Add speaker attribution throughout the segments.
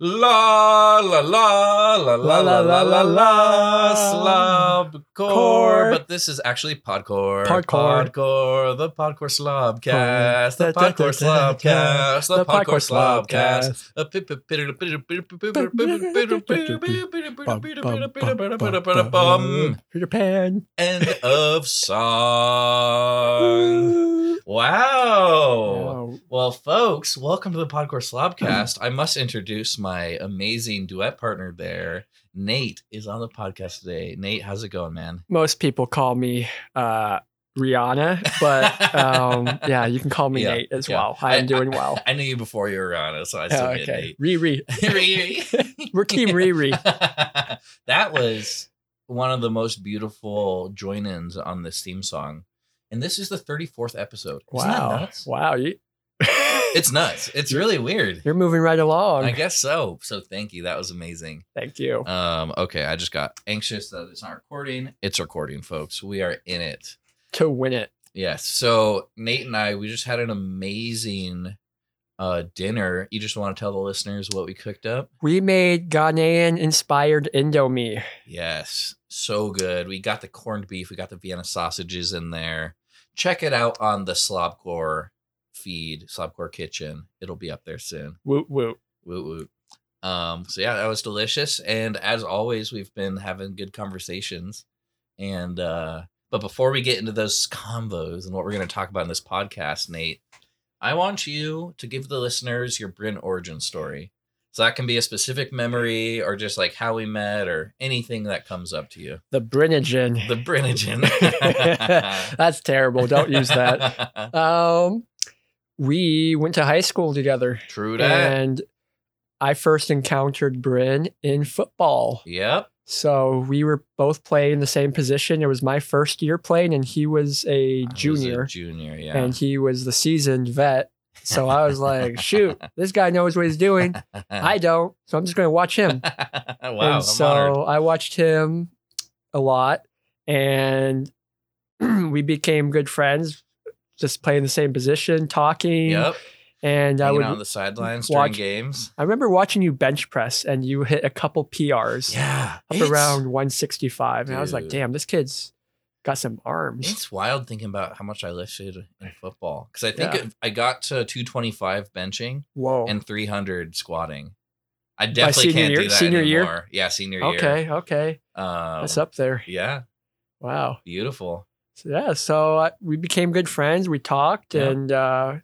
Speaker 1: La la la la la la la la la slobcore.
Speaker 2: Core.
Speaker 1: But this is actually podcore.
Speaker 2: Podcore.
Speaker 1: Podcore. The podcore slobcast. The
Speaker 2: Core. Da, da,
Speaker 1: podcore
Speaker 2: da, da,
Speaker 1: slobcast. The podcore slobcast. A pip- pip- pitter- pitter- pitter- pitter- pitter- pitter- pitter- pitter-
Speaker 2: Bum,
Speaker 1: pitter-
Speaker 2: bum,
Speaker 1: pitter-
Speaker 2: bum,
Speaker 1: pitter-
Speaker 2: bum,
Speaker 1: pitter- bum.
Speaker 2: bum. Peter Pan.
Speaker 1: End of
Speaker 2: Uh,
Speaker 1: song. Wow.
Speaker 2: Wow.
Speaker 1: Well, folks, welcome to the Podcore Slobcast. I must introduce my amazing duet partner there. Nate is on the podcast today. Nate, how's it going, man?
Speaker 2: Most people call me uh, Rihanna, but um, yeah, you can call me
Speaker 1: Yeah,
Speaker 2: Nate as
Speaker 1: yeah.
Speaker 2: well. I am doing well.
Speaker 1: I knew you before you were on it, so I still
Speaker 2: Yeah,
Speaker 1: get
Speaker 2: Oh, okay. Riri.
Speaker 1: Nate.
Speaker 2: We're Team Riri.
Speaker 1: that was one of the most beautiful join ins on this theme song. And this is the 34th episode. Isn't that
Speaker 2: Wow.
Speaker 1: nuts?
Speaker 2: Wow. You,
Speaker 1: It's nuts. It's really weird.
Speaker 2: you're moving right along.
Speaker 1: I guess so. So thank you. That was amazing.
Speaker 2: Thank you.
Speaker 1: Um, okay, I just got anxious that it's not recording. It's recording, folks. We are in it.
Speaker 2: to win it.
Speaker 1: Yes. So Nate and I, we just had an amazing uh dinner. You just want to tell the listeners what we cooked up?
Speaker 2: We made Ghanaian inspired Indomie.
Speaker 1: Yes. So good. We got the corned beef, we got the Vienna sausages in there. Check it out on the Slobcore feed, Slobcore Kitchen. It'll be up there soon.
Speaker 2: Woot woot.
Speaker 1: Woot woot. Um, so yeah, that was delicious. And as always, we've been having good conversations. And uh, but before we get into those combos and what we're gonna talk about in this podcast, Nate, I want you to give the listeners your Bryn origin story. So that can be a specific memory or just like how we met or anything that comes up to you.
Speaker 2: The Brinogen.
Speaker 1: The Brynogen.
Speaker 2: That's terrible. Don't use that. Um, we went to high school together,
Speaker 1: True that.
Speaker 2: and I first encountered Bryn in football.
Speaker 1: Yep.
Speaker 2: So we were both playing the same position. It was my first year playing, and he was a
Speaker 1: I was a
Speaker 2: junior,
Speaker 1: junior, yeah.
Speaker 2: and he was the seasoned vet. So I was like, shoot, this guy knows what he's doing. I don't. So I'm just going to watch him.
Speaker 1: wow. I'm
Speaker 2: and so
Speaker 1: honored.
Speaker 2: I watched him a lot, and we became good friends, just playing the same position, talking.
Speaker 1: Yep.
Speaker 2: And I
Speaker 1: Hanging
Speaker 2: would,
Speaker 1: out on the sidelines during
Speaker 2: watch-
Speaker 1: games.
Speaker 2: I remember watching you bench press, and you hit a couple PRs
Speaker 1: Yeah.
Speaker 2: up
Speaker 1: it's-
Speaker 2: around 165, and I was like,
Speaker 1: Dude.
Speaker 2: damn, this kid's got some arms.
Speaker 1: It's wild thinking about how much I lifted in football because I think
Speaker 2: Yeah.
Speaker 1: it- I got to 225 benching
Speaker 2: Whoa.
Speaker 1: and 300 squatting. I definitely
Speaker 2: senior
Speaker 1: can't do
Speaker 2: year-
Speaker 1: that
Speaker 2: senior year?
Speaker 1: anymore. Yeah, senior year.
Speaker 2: okay, okay,
Speaker 1: Um,
Speaker 2: that's up there.
Speaker 1: Yeah,
Speaker 2: Wow.
Speaker 1: beautiful.
Speaker 2: So, yeah, so uh, we became good friends. We talked,
Speaker 1: Yeah.
Speaker 2: and uh,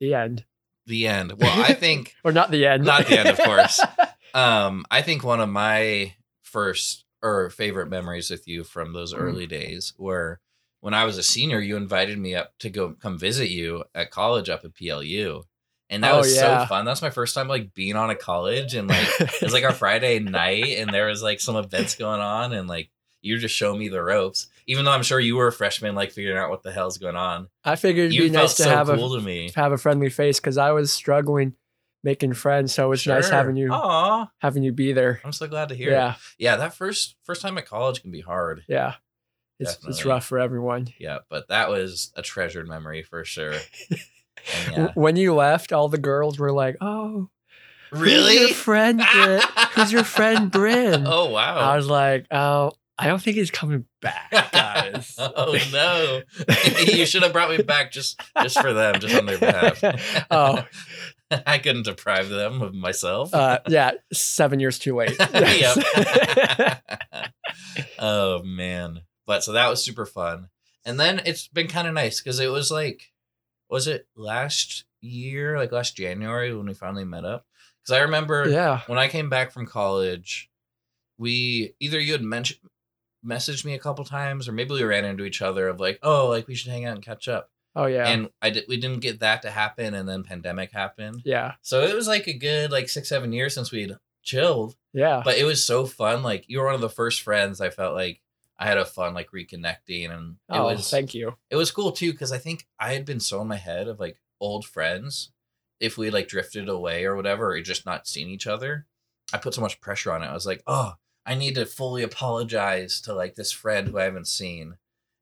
Speaker 2: the end,
Speaker 1: The end. Well, I think
Speaker 2: or not the end,
Speaker 1: Not the end, of course. Um, I think one of my first or favorite memories with you from those
Speaker 2: Mm.
Speaker 1: early days were when I was a senior, you invited me up to go come visit you at college up at PLU. And that
Speaker 2: Oh,
Speaker 1: was so
Speaker 2: yeah.
Speaker 1: fun. That's my first time like being on a college and like it was like our Friday night and there was like some events going on and like you just show me the ropes. Even though I'm sure you were a freshman like figuring out what the hell's going on.
Speaker 2: I figured it'd
Speaker 1: you
Speaker 2: be
Speaker 1: felt
Speaker 2: nice to
Speaker 1: so
Speaker 2: have
Speaker 1: cool
Speaker 2: a
Speaker 1: to me.
Speaker 2: have a friendly face because I was struggling making friends, so it was nice having you
Speaker 1: Aw.
Speaker 2: having you be there.
Speaker 1: I'm so glad Oh. to hear it.
Speaker 2: Yeah,
Speaker 1: yeah that first first time at college can be hard
Speaker 2: yeah, it's it's
Speaker 1: Definitely.
Speaker 2: rough for everyone.
Speaker 1: yeah but that was a treasured memory for sure And
Speaker 2: W- When you left, all the girls were like, "Oh,
Speaker 1: yeah
Speaker 2: who's your
Speaker 1: really
Speaker 2: friend? Bri- who's your friend, Bryn?"
Speaker 1: oh
Speaker 2: I
Speaker 1: wow
Speaker 2: was like, "Oh, I don't think he's coming back, guys."
Speaker 1: oh no you should have brought me back just just for them just on their behalf
Speaker 2: oh,
Speaker 1: i couldn't deprive them of myself
Speaker 2: uh, yeah, seven years too late.
Speaker 1: yep. oh man. But so that was super fun. And then it's been kind of nice because it was like, was it last year, like last January when we finally met up? Because I remember
Speaker 2: yeah,
Speaker 1: when I came back from college, we either you had mentioned messaged me a couple times or maybe we ran into each other of like, oh, like we should hang out and catch up.
Speaker 2: oh yeah,
Speaker 1: And I did we didn't get that to happen and then pandemic happened.
Speaker 2: yeah,
Speaker 1: So it was like a good like six, seven years since we'd chilled
Speaker 2: yeah.
Speaker 1: but it was so fun. Like you were one of the first friends I felt like I had a fun like reconnecting, and it
Speaker 2: oh,
Speaker 1: was
Speaker 2: thank you.
Speaker 1: it was cool too because I think I had been so in my head of like old friends. If we like drifted away or whatever, or just not seen each other, I put so much pressure on it. I was like, oh, I need to fully apologize to like this friend who I haven't seen,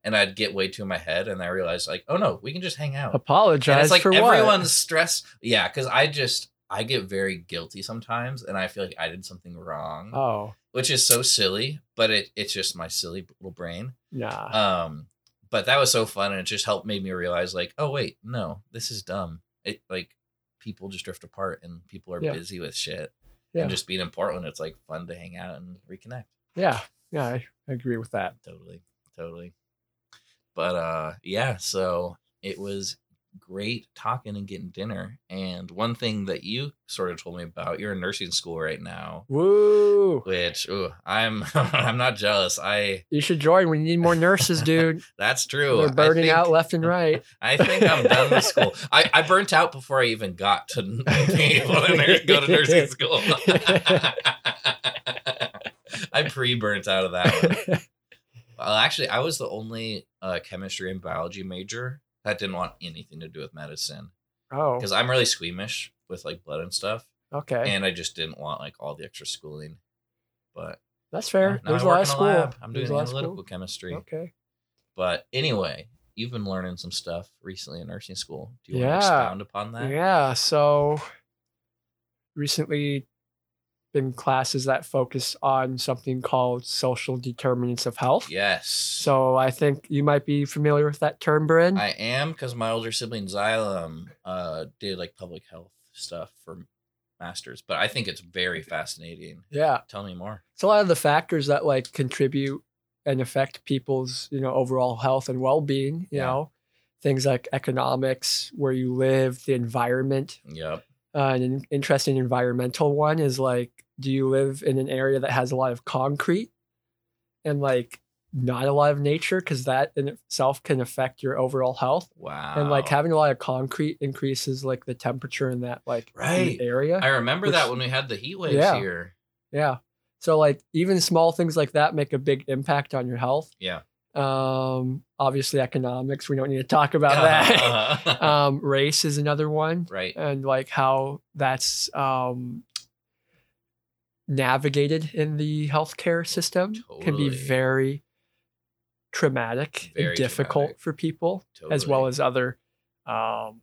Speaker 1: and I'd get way too in my head, and I realized like, oh no, we can just hang out.
Speaker 2: Apologize
Speaker 1: And it's like
Speaker 2: for what?
Speaker 1: everyone's stressed. Yeah, because I just I get very guilty sometimes, and I feel like I did something wrong,
Speaker 2: Oh,
Speaker 1: which is so silly. But it it's just my silly little brain.
Speaker 2: nah.
Speaker 1: Um, but that was so fun, and it just helped made me realize like, oh wait, no, this is dumb. It like people just drift apart, and people are
Speaker 2: Yeah.
Speaker 1: busy with shit.
Speaker 2: Yeah.
Speaker 1: And just being in Portland, it's like fun to hang out and reconnect.
Speaker 2: yeah. Yeah. I, I agree with that.
Speaker 1: Totally, totally. But uh, yeah, so it was great talking and getting dinner. And one thing that you sort of told me about, you're in nursing school right now,
Speaker 2: Woo.
Speaker 1: which ooh, I'm I'm not jealous. I
Speaker 2: You should join. We need more nurses, dude.
Speaker 1: that's true.
Speaker 2: They're burning
Speaker 1: I think,
Speaker 2: out left and right.
Speaker 1: I think I'm done with school. I, I burnt out before I even got to n- being able to nur- go to nursing school. I pre-burnt out of that one. Well, actually, I was the only uh, chemistry and biology major that didn't want anything to do with medicine
Speaker 2: oh,
Speaker 1: because I'm really squeamish with like blood and stuff,
Speaker 2: okay.
Speaker 1: and I just didn't want like all the extra schooling. But
Speaker 2: That's
Speaker 1: yeah,
Speaker 2: fair.
Speaker 1: now
Speaker 2: There's
Speaker 1: I
Speaker 2: a lot
Speaker 1: work
Speaker 2: of
Speaker 1: in a
Speaker 2: school.
Speaker 1: lab. I'm
Speaker 2: There's
Speaker 1: doing
Speaker 2: a lot of
Speaker 1: analytical
Speaker 2: school.
Speaker 1: chemistry.
Speaker 2: Okay.
Speaker 1: But anyway, you've been learning some stuff recently in nursing school. Do you
Speaker 2: Yeah.
Speaker 1: want to expound upon that?
Speaker 2: Yeah. So recently been classes that focus on something called social determinants of health.
Speaker 1: Yes.
Speaker 2: So I think you might be familiar with that term, Bryn.
Speaker 1: I am because my older sibling Xylem uh, did like public health stuff for masters, but I think it's very fascinating.
Speaker 2: yeah.
Speaker 1: Tell me more.
Speaker 2: It's a lot of the factors that like contribute and affect people's, you know, overall health and well-being, you
Speaker 1: Yeah.
Speaker 2: know, things like economics, where you live, the environment.
Speaker 1: Yep.
Speaker 2: Uh, an in- interesting environmental one is like, do you live in an area that has a lot of concrete and like not a lot of nature? Because that in itself can affect your overall health.
Speaker 1: Wow.
Speaker 2: And like having a lot of concrete increases like the temperature in that like
Speaker 1: Right.
Speaker 2: area.
Speaker 1: I remember
Speaker 2: which-
Speaker 1: that when we had the heat waves
Speaker 2: Yeah.
Speaker 1: here.
Speaker 2: Yeah. So like even small things like that make a big impact on your health.
Speaker 1: Yeah.
Speaker 2: Um obviously economics, we don't need to talk about
Speaker 1: Uh-huh.
Speaker 2: that. um race is another one
Speaker 1: right.
Speaker 2: and like how that's um navigated in the healthcare system can
Speaker 1: Totally.
Speaker 2: be very traumatic
Speaker 1: Very
Speaker 2: and difficult
Speaker 1: traumatic.
Speaker 2: for people
Speaker 1: Totally.
Speaker 2: as well as other um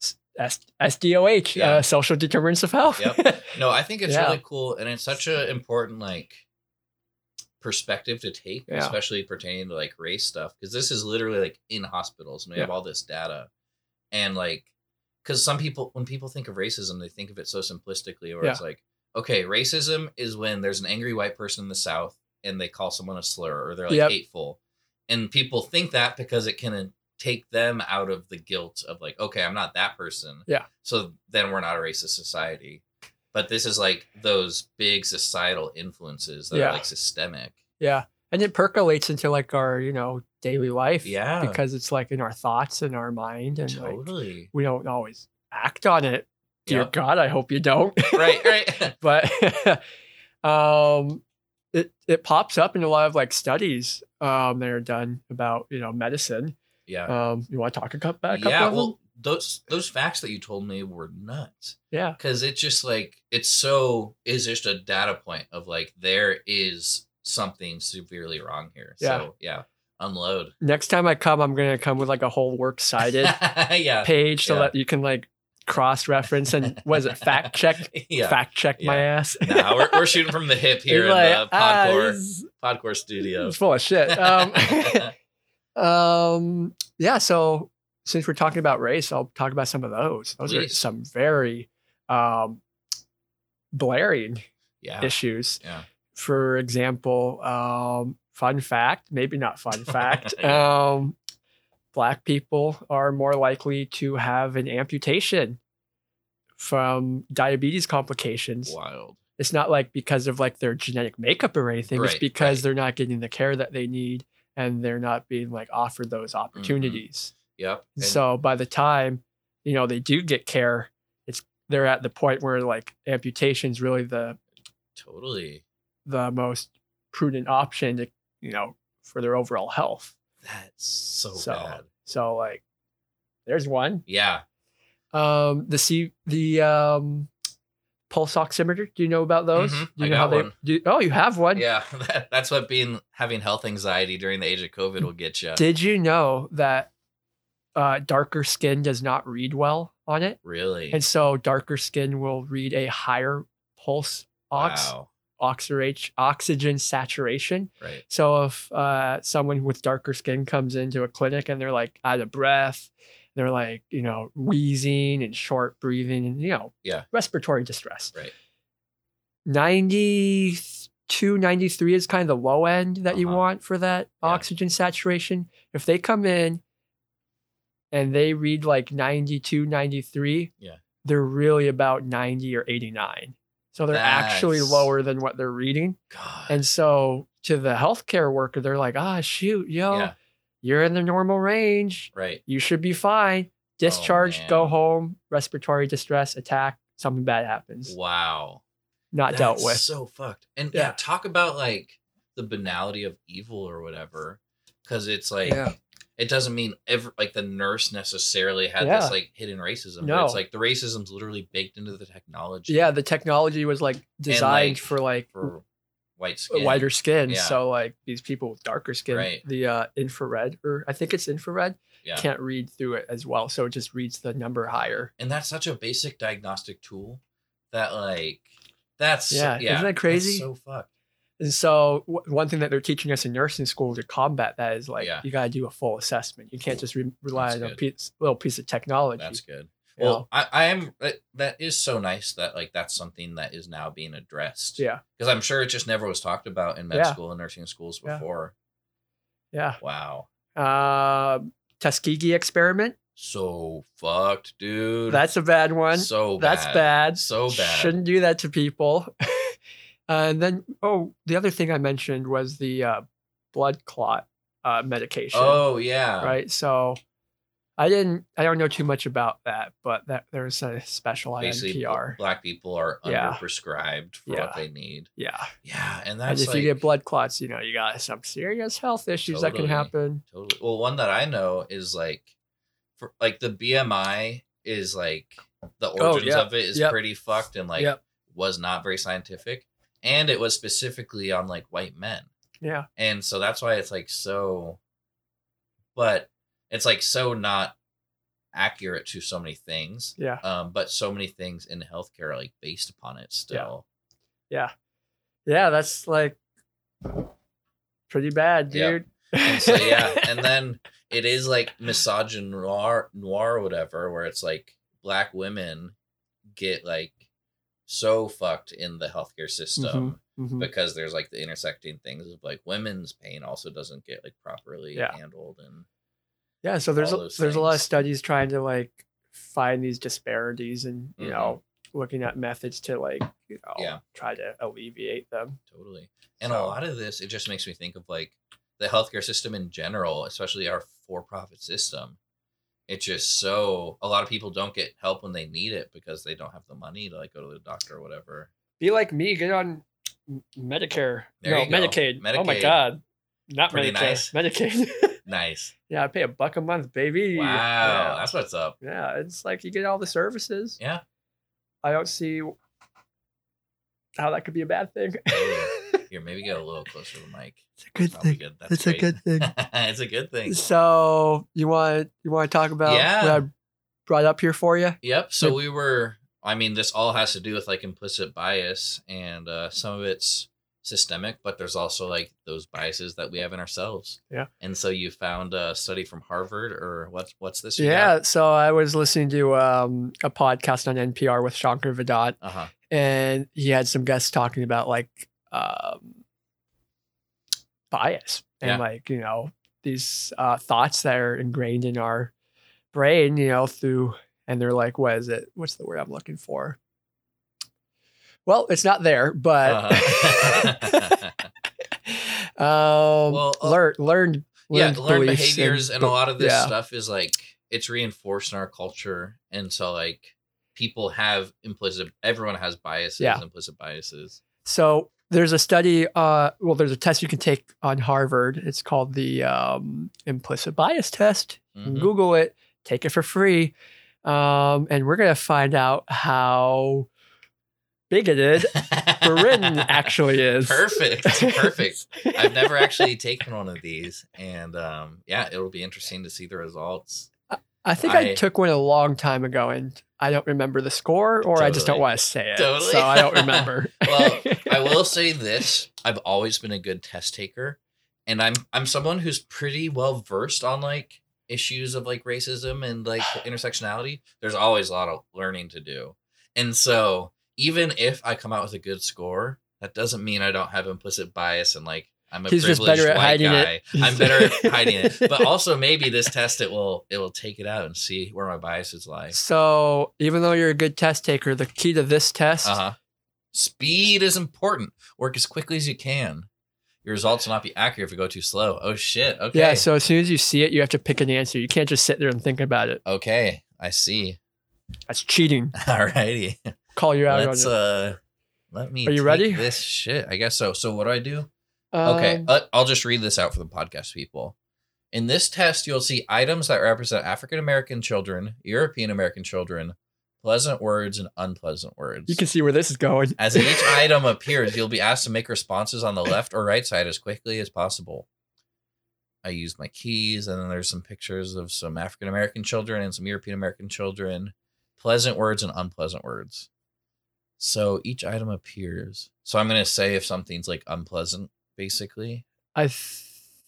Speaker 2: S- S- SDOH
Speaker 1: Yeah.
Speaker 2: uh, social determinants of health.
Speaker 1: Yep. No, I think it's
Speaker 2: Yeah.
Speaker 1: really cool, and it's such an important like perspective to take,
Speaker 2: Yeah.
Speaker 1: especially pertaining to like race stuff, because this is literally like in hospitals, and we have all this data, and like, because some people when people think of racism, they think of it so simplistically, where it's like, okay, racism is when there's an angry white person in the South and they call someone a slur or they're like
Speaker 2: Yep.
Speaker 1: hateful, and people think that because it can uh, take them out of the guilt of like, okay, I'm not that person so then we're not a racist society but this is like those big societal influences that
Speaker 2: Yeah.
Speaker 1: are like systemic
Speaker 2: Yeah. And it percolates into like our, you know, daily life.
Speaker 1: Yeah.
Speaker 2: Because it's like in our thoughts and our mind and like,
Speaker 1: totally
Speaker 2: we don't always act on it. Dear
Speaker 1: Yep.
Speaker 2: God, I hope you don't.
Speaker 1: right right
Speaker 2: but um it it pops up in a lot of like studies um that are done about, you know, medicine.
Speaker 1: yeah
Speaker 2: Um you want to talk a couple about a couple
Speaker 1: yeah
Speaker 2: of them?
Speaker 1: well those those facts that you told me were nuts
Speaker 2: Yeah.
Speaker 1: because it's just like it's so is just a data point of like there is something severely wrong here so yeah unload
Speaker 2: Next time I come, I'm gonna come with like a whole works cited
Speaker 1: yeah
Speaker 2: page so
Speaker 1: Yeah.
Speaker 2: that you can like cross reference and was it fact check?
Speaker 1: yeah
Speaker 2: Fact check my ass.
Speaker 1: nah, we're, we're shooting from the hip here in
Speaker 2: It's like,
Speaker 1: the
Speaker 2: ah,
Speaker 1: podcore
Speaker 2: this is-
Speaker 1: podcore studio
Speaker 2: it's full of shit. Um, um, yeah. So since we're talking about race, I'll talk about some of those. Those are
Speaker 1: Please.
Speaker 2: some very um, blaring
Speaker 1: yeah
Speaker 2: issues.
Speaker 1: Yeah.
Speaker 2: For example, um, fun fact, maybe not fun fact. um, black people are more likely to have an amputation from diabetes complications.
Speaker 1: wild
Speaker 2: it's not like because of like their genetic makeup or anything it's
Speaker 1: Right,
Speaker 2: because they're not getting the care that they need and they're not being like offered those
Speaker 1: Mm-hmm.
Speaker 2: opportunities
Speaker 1: Yep.
Speaker 2: And so by the time you know they do get care it's they're at the point where like amputation is really the
Speaker 1: totally.
Speaker 2: the most prudent option to you know for their overall health
Speaker 1: That's so,
Speaker 2: So-
Speaker 1: bad.
Speaker 2: so like there's one
Speaker 1: Yeah.
Speaker 2: um the c the um pulse oximeter do you know about those
Speaker 1: Mhm,
Speaker 2: do you
Speaker 1: I
Speaker 2: know
Speaker 1: got
Speaker 2: how
Speaker 1: one.
Speaker 2: they do, oh you have one
Speaker 1: Yeah. That, that's what being having health anxiety during the age of COVID will get you.
Speaker 2: Did you know that uh, darker skin does not read well on it.
Speaker 1: Really?
Speaker 2: And so darker skin will read a higher pulse ox,
Speaker 1: Wow.
Speaker 2: oxirate- oxygen saturation.
Speaker 1: Right.
Speaker 2: So if uh, someone with darker skin comes into a clinic and they're like out of breath, they're like, you know, wheezing and short breathing and, you know,
Speaker 1: Yeah.
Speaker 2: respiratory distress.
Speaker 1: Right.
Speaker 2: 92, 93 is kind of the low end that you
Speaker 1: Uh-huh.
Speaker 2: want for that
Speaker 1: Yeah.
Speaker 2: oxygen saturation. If they come in and they read like 92, 93,
Speaker 1: Yeah.
Speaker 2: they're really about 90 or 89. So they're actually
Speaker 1: That's-
Speaker 2: lower than what they're reading.
Speaker 1: God.
Speaker 2: And so to the healthcare worker, they're like, ah, shoot, yo,
Speaker 1: yeah.
Speaker 2: you're in the normal range.
Speaker 1: Right.
Speaker 2: You should be fine. Discharge,
Speaker 1: Oh, man.
Speaker 2: go home, respiratory distress, attack, something bad happens.
Speaker 1: Wow.
Speaker 2: Not dealt
Speaker 1: That's
Speaker 2: with.
Speaker 1: So fucked. And yeah.
Speaker 2: Yeah.
Speaker 1: talk about like the banality of evil or whatever, because it's like
Speaker 2: Yeah.
Speaker 1: it doesn't mean every like the nurse necessarily had
Speaker 2: Yeah.
Speaker 1: this like hidden racism. but
Speaker 2: No.
Speaker 1: it's like the racism's literally baked into the technology.
Speaker 2: Yeah, the technology was like designed
Speaker 1: like,
Speaker 2: for like
Speaker 1: for white
Speaker 2: a
Speaker 1: skin.
Speaker 2: wider skin.
Speaker 1: Yeah.
Speaker 2: So like these people with darker skin,
Speaker 1: Right.
Speaker 2: the uh, infrared or I think it's infrared
Speaker 1: Yeah.
Speaker 2: can't read through it as well. So it just reads the number higher.
Speaker 1: and that's such a basic diagnostic tool that like that's
Speaker 2: Yeah,
Speaker 1: yeah,
Speaker 2: isn't that
Speaker 1: that's
Speaker 2: crazy?
Speaker 1: so fucked.
Speaker 2: And so w- one thing that they're teaching us in nursing school to combat that is like
Speaker 1: Yeah.
Speaker 2: you got to do a full assessment. You can't just re- rely
Speaker 1: That's
Speaker 2: on a
Speaker 1: good.
Speaker 2: piece, little piece of technology.
Speaker 1: That's good.
Speaker 2: you know?
Speaker 1: Well, I, I am that- that is so nice that like that's something that is now being addressed.
Speaker 2: yeah,
Speaker 1: Because I'm sure it just never was talked about in med
Speaker 2: Yeah.
Speaker 1: school and nursing schools
Speaker 2: Yeah.
Speaker 1: before.
Speaker 2: yeah.
Speaker 1: Wow.
Speaker 2: Uh, Tuskegee experiment.
Speaker 1: So fucked, dude.
Speaker 2: That's a bad one.
Speaker 1: so
Speaker 2: That's
Speaker 1: bad.
Speaker 2: bad.
Speaker 1: So bad.
Speaker 2: Shouldn't do that to people. and then, oh, the other thing I mentioned was the uh, blood clot uh, medication.
Speaker 1: Oh yeah.
Speaker 2: right. So I didn't. I don't know too much about that, but that there was a special on
Speaker 1: Basically, bl-
Speaker 2: NPR.
Speaker 1: black people are
Speaker 2: Yeah.
Speaker 1: underprescribed for
Speaker 2: Yeah.
Speaker 1: what they need.
Speaker 2: Yeah,
Speaker 1: Yeah, and
Speaker 2: and
Speaker 1: that's
Speaker 2: if
Speaker 1: like,
Speaker 2: you get blood clots, you know you got some serious health issues that
Speaker 1: Totally.
Speaker 2: can happen.
Speaker 1: Totally. Well, one that I know is like, for like the BMI is like the
Speaker 2: Oh,
Speaker 1: origins
Speaker 2: yeah.
Speaker 1: of it is
Speaker 2: Yep.
Speaker 1: pretty fucked and like
Speaker 2: Yep.
Speaker 1: was not very scientific, and it was specifically on like white men,
Speaker 2: Yeah,
Speaker 1: and so that's why it's like so, but it's like so not accurate to so many things.
Speaker 2: yeah,
Speaker 1: Um, but so many things in healthcare are like based upon it still.
Speaker 2: yeah. That's like pretty bad,
Speaker 1: Yeah.
Speaker 2: dude.
Speaker 1: And so yeah, and then it is like misogynoir noir noir or whatever, where it's like black women get like so fucked in the healthcare system
Speaker 2: Mhm.
Speaker 1: because there's like the intersecting things of like women's pain also doesn't get like properly
Speaker 2: Yeah.
Speaker 1: handled and
Speaker 2: Yeah, so there's
Speaker 1: all
Speaker 2: a,
Speaker 1: those
Speaker 2: there's a lot of
Speaker 1: things.
Speaker 2: studies trying to like find these disparities and you
Speaker 1: Mhm.
Speaker 2: know looking at methods to like you know
Speaker 1: Yeah.
Speaker 2: try to alleviate them.
Speaker 1: totally. And a
Speaker 2: So-
Speaker 1: lot of this, it just makes me think of like the healthcare system in general, especially our for profit system. It's just so a lot of people don't get help when they need it because they don't have the money to like go to the doctor or whatever.
Speaker 2: Be like me, get on M- Medicare.
Speaker 1: There
Speaker 2: no,
Speaker 1: you go.
Speaker 2: Medicaid. Oh my
Speaker 1: Medicaid.
Speaker 2: god. Not
Speaker 1: Pretty
Speaker 2: Medicare.
Speaker 1: nice.
Speaker 2: Medicaid.
Speaker 1: Nice.
Speaker 2: yeah, I pay a buck a month, baby.
Speaker 1: Wow,
Speaker 2: Yeah.
Speaker 1: that's what's up.
Speaker 2: Yeah, it's like you get all the services.
Speaker 1: Yeah.
Speaker 2: I don't see how that could be a bad thing.
Speaker 1: Totally. Here, maybe get a little closer to the mic.
Speaker 2: it's a good
Speaker 1: That'll be good. That's great.
Speaker 2: thing.
Speaker 1: it's a good thing.
Speaker 2: So you want you want to talk about
Speaker 1: Yeah.
Speaker 2: what I brought up here for you?
Speaker 1: Yep. So
Speaker 2: Yep.
Speaker 1: we were. I mean, this all has to do with like implicit bias, and uh, some of it's systemic, but there's also like those biases that we have in ourselves.
Speaker 2: Yeah.
Speaker 1: And so you found a study from Harvard, or what's what's this?
Speaker 2: Yeah. So I was listening to um, a podcast on NPR with Shankar Vedat,
Speaker 1: Uh huh.
Speaker 2: and he had some guests talking about like um, bias and
Speaker 1: Yeah.
Speaker 2: like you know these uh, thoughts that are ingrained in our brain, you know, through and they're like, what is it? What's the word I'm looking for? Well, it's not there, but.
Speaker 1: Uh-huh.
Speaker 2: um,
Speaker 1: Well, uh,
Speaker 2: learn, learn,
Speaker 1: yeah,
Speaker 2: learned
Speaker 1: learned
Speaker 2: beliefs
Speaker 1: behaviors, and, a lot of this
Speaker 2: yeah.
Speaker 1: stuff is like it's reinforced in our culture, and so like people have implicit. Everyone has biases,
Speaker 2: Yeah.
Speaker 1: implicit biases.
Speaker 2: So there's a study. Uh, well, there's a test you can take on Harvard. It's called the um, implicit bias test. You can
Speaker 1: Mhm.
Speaker 2: Google it. Take it for free, um, and we're gonna find out how bigoted Berlin actually is.
Speaker 1: Perfect. Perfect. I've never actually taken one of these, and um, yeah, it'll be interesting to see the results.
Speaker 2: I think I,
Speaker 1: I-
Speaker 2: took one a long time ago and I don't remember the score or I just don't
Speaker 1: Totally.
Speaker 2: want to say it.
Speaker 1: Totally.
Speaker 2: So I don't remember.
Speaker 1: Well, I will say this: I've always been a good test taker, and I'm I'm someone who's pretty well versed on like issues of like racism and like intersectionality. There's always a lot of learning to do, and so even if I come out with a good score, that doesn't mean I don't have implicit bias and like I'm a
Speaker 2: He's just
Speaker 1: privileged
Speaker 2: better at
Speaker 1: white
Speaker 2: hiding it.
Speaker 1: guy. I'm better at hiding it, but also maybe this test it will it will take it out and see where my biases lie.
Speaker 2: so even though you're a good test taker, the key to this test
Speaker 1: Uh huh. Speed is important. Work as quickly as you can. Your results will not be accurate if you go too slow. Oh shit. Okay.
Speaker 2: Yeah, so as soon as you see it, you have to pick an answer. You can't just sit there and think about it.
Speaker 1: okay. I see.
Speaker 2: That's cheating.
Speaker 1: Alrighty.
Speaker 2: Call you out
Speaker 1: Let's
Speaker 2: on
Speaker 1: uh let me
Speaker 2: Are you
Speaker 1: take
Speaker 2: ready?
Speaker 1: this shit. I guess so. So what do I do?
Speaker 2: it.
Speaker 1: okay.
Speaker 2: Um,
Speaker 1: Uh, I'll just read this out for the podcast people. In this test, you'll see items that represent African American children, European American children, pleasant words, and unpleasant words.
Speaker 2: you can see where this is going.
Speaker 1: As each item appears, you'll be asked to make responses on the left or right side as quickly as possible. I used my keys, and then there's some pictures of some African American children and some European American children. Pleasant words and unpleasant words. So each item appears. So I'm going to say if something's like unpleasant, basically.
Speaker 2: I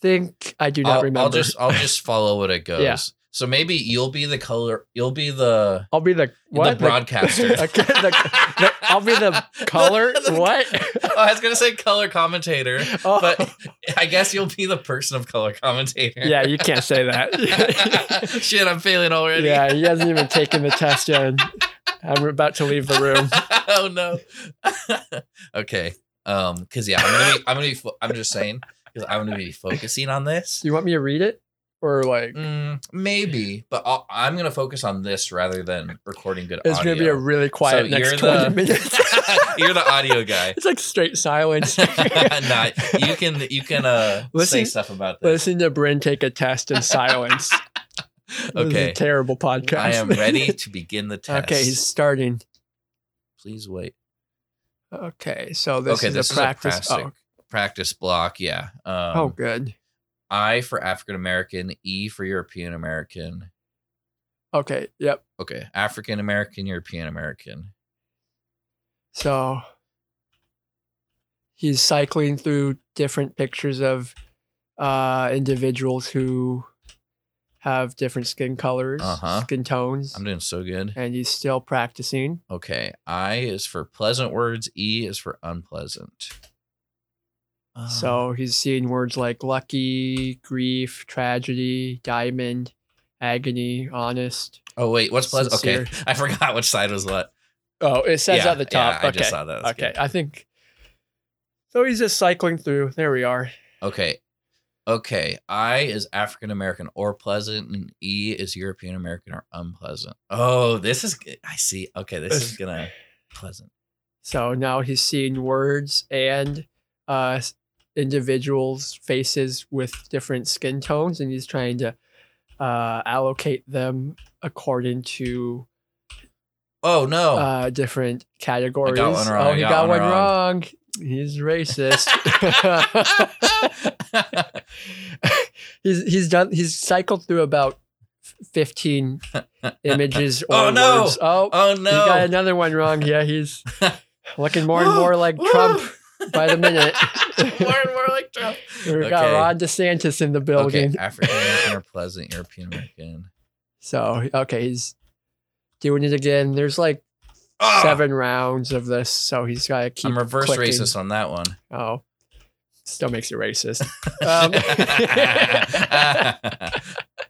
Speaker 2: think I do not
Speaker 1: I'll,
Speaker 2: remember.
Speaker 1: I'll just I'll just follow what it goes.
Speaker 2: Yeah.
Speaker 1: So maybe you'll be the color. You'll be the
Speaker 2: I'll be the what?
Speaker 1: the broadcaster.
Speaker 2: okay, the- the- I'll be the color.
Speaker 1: The- the-
Speaker 2: what?
Speaker 1: Oh, I was gonna say color commentator.
Speaker 2: Oh,
Speaker 1: but I guess you'll be the person of color commentator.
Speaker 2: yeah, you can't say that.
Speaker 1: Shit, I'm failing already.
Speaker 2: yeah, he hasn't even taken the test yet. I'm about to leave the room.
Speaker 1: oh no. okay. Um, cause yeah, I'm gonna be I'm gonna be fo- I'm just saying, because I'm gonna be focusing on this.
Speaker 2: Do you want me to read it or like?
Speaker 1: Mm, maybe, but I'll, I'm gonna focus on this rather than recording good
Speaker 2: It's
Speaker 1: audio.
Speaker 2: gonna be a really quiet next 20 minutes.
Speaker 1: you're the audio guy.
Speaker 2: it's like straight silence.
Speaker 1: nah, you can you can uh say
Speaker 2: Listen-
Speaker 1: stuff about this.
Speaker 2: Listen to Bryn take a test in silence. This is
Speaker 1: Okay.
Speaker 2: a terrible podcast.
Speaker 1: I am ready to begin the test.
Speaker 2: okay, he's starting.
Speaker 1: please wait.
Speaker 2: Okay, so this
Speaker 1: okay,
Speaker 2: is
Speaker 1: this
Speaker 2: a practice.
Speaker 1: is a practice, practice block. Yeah. Um,
Speaker 2: oh, oh, good.
Speaker 1: I for African American, E for European American.
Speaker 2: Okay, yep.
Speaker 1: Okay, African American, European American.
Speaker 2: So he's cycling through different pictures of uh, individuals who have different skin colors,
Speaker 1: Uh-huh.
Speaker 2: skin tones,
Speaker 1: I'm doing so good.
Speaker 2: and he's still practicing.
Speaker 1: Okay, I is for pleasant words. E is for unpleasant. Uh,
Speaker 2: So he's seeing words like lucky, grief, tragedy, diamond, agony, honest.
Speaker 1: oh wait, what's pleasant? Okay, I forgot which side was what.
Speaker 2: Oh, it says
Speaker 1: Yeah,
Speaker 2: at the top.
Speaker 1: Yeah, I
Speaker 2: okay.
Speaker 1: just saw that. That's
Speaker 2: okay.
Speaker 1: good.
Speaker 2: I think. So he's just cycling through. There we are.
Speaker 1: Okay. Okay. I is African American or pleasant, and E is European American or unpleasant. Oh, this is good. I see. Okay, this is gonna pleasant.
Speaker 2: So now he's seeing words and uh, s- individuals' faces with different skin tones, and he's trying to uh, allocate them according to
Speaker 1: Oh no.
Speaker 2: uh, different categories.
Speaker 1: one wrong,
Speaker 2: Oh,
Speaker 1: I
Speaker 2: he
Speaker 1: got
Speaker 2: got,
Speaker 1: one
Speaker 2: one
Speaker 1: wrong.
Speaker 2: wrong. He's racist. he's he's done. He's cycled through about f- fifteen images. Or
Speaker 1: Oh, no.
Speaker 2: Words. Oh,
Speaker 1: oh
Speaker 2: he got
Speaker 1: no.
Speaker 2: another one wrong. Yeah, he's looking more and more like Trump. by the minute.
Speaker 1: more and more like Trump.
Speaker 2: We got
Speaker 1: Okay.
Speaker 2: Ron DeSantis in the building.
Speaker 1: Okay, African American or pleasant, European American.
Speaker 2: So okay, he's doing it again. There's like
Speaker 1: Ah,
Speaker 2: seven rounds of this, so he's got to keep.
Speaker 1: I'm reverse
Speaker 2: clicking.
Speaker 1: racist on that one.
Speaker 2: Oh, still makes it racist. Um,
Speaker 1: Um.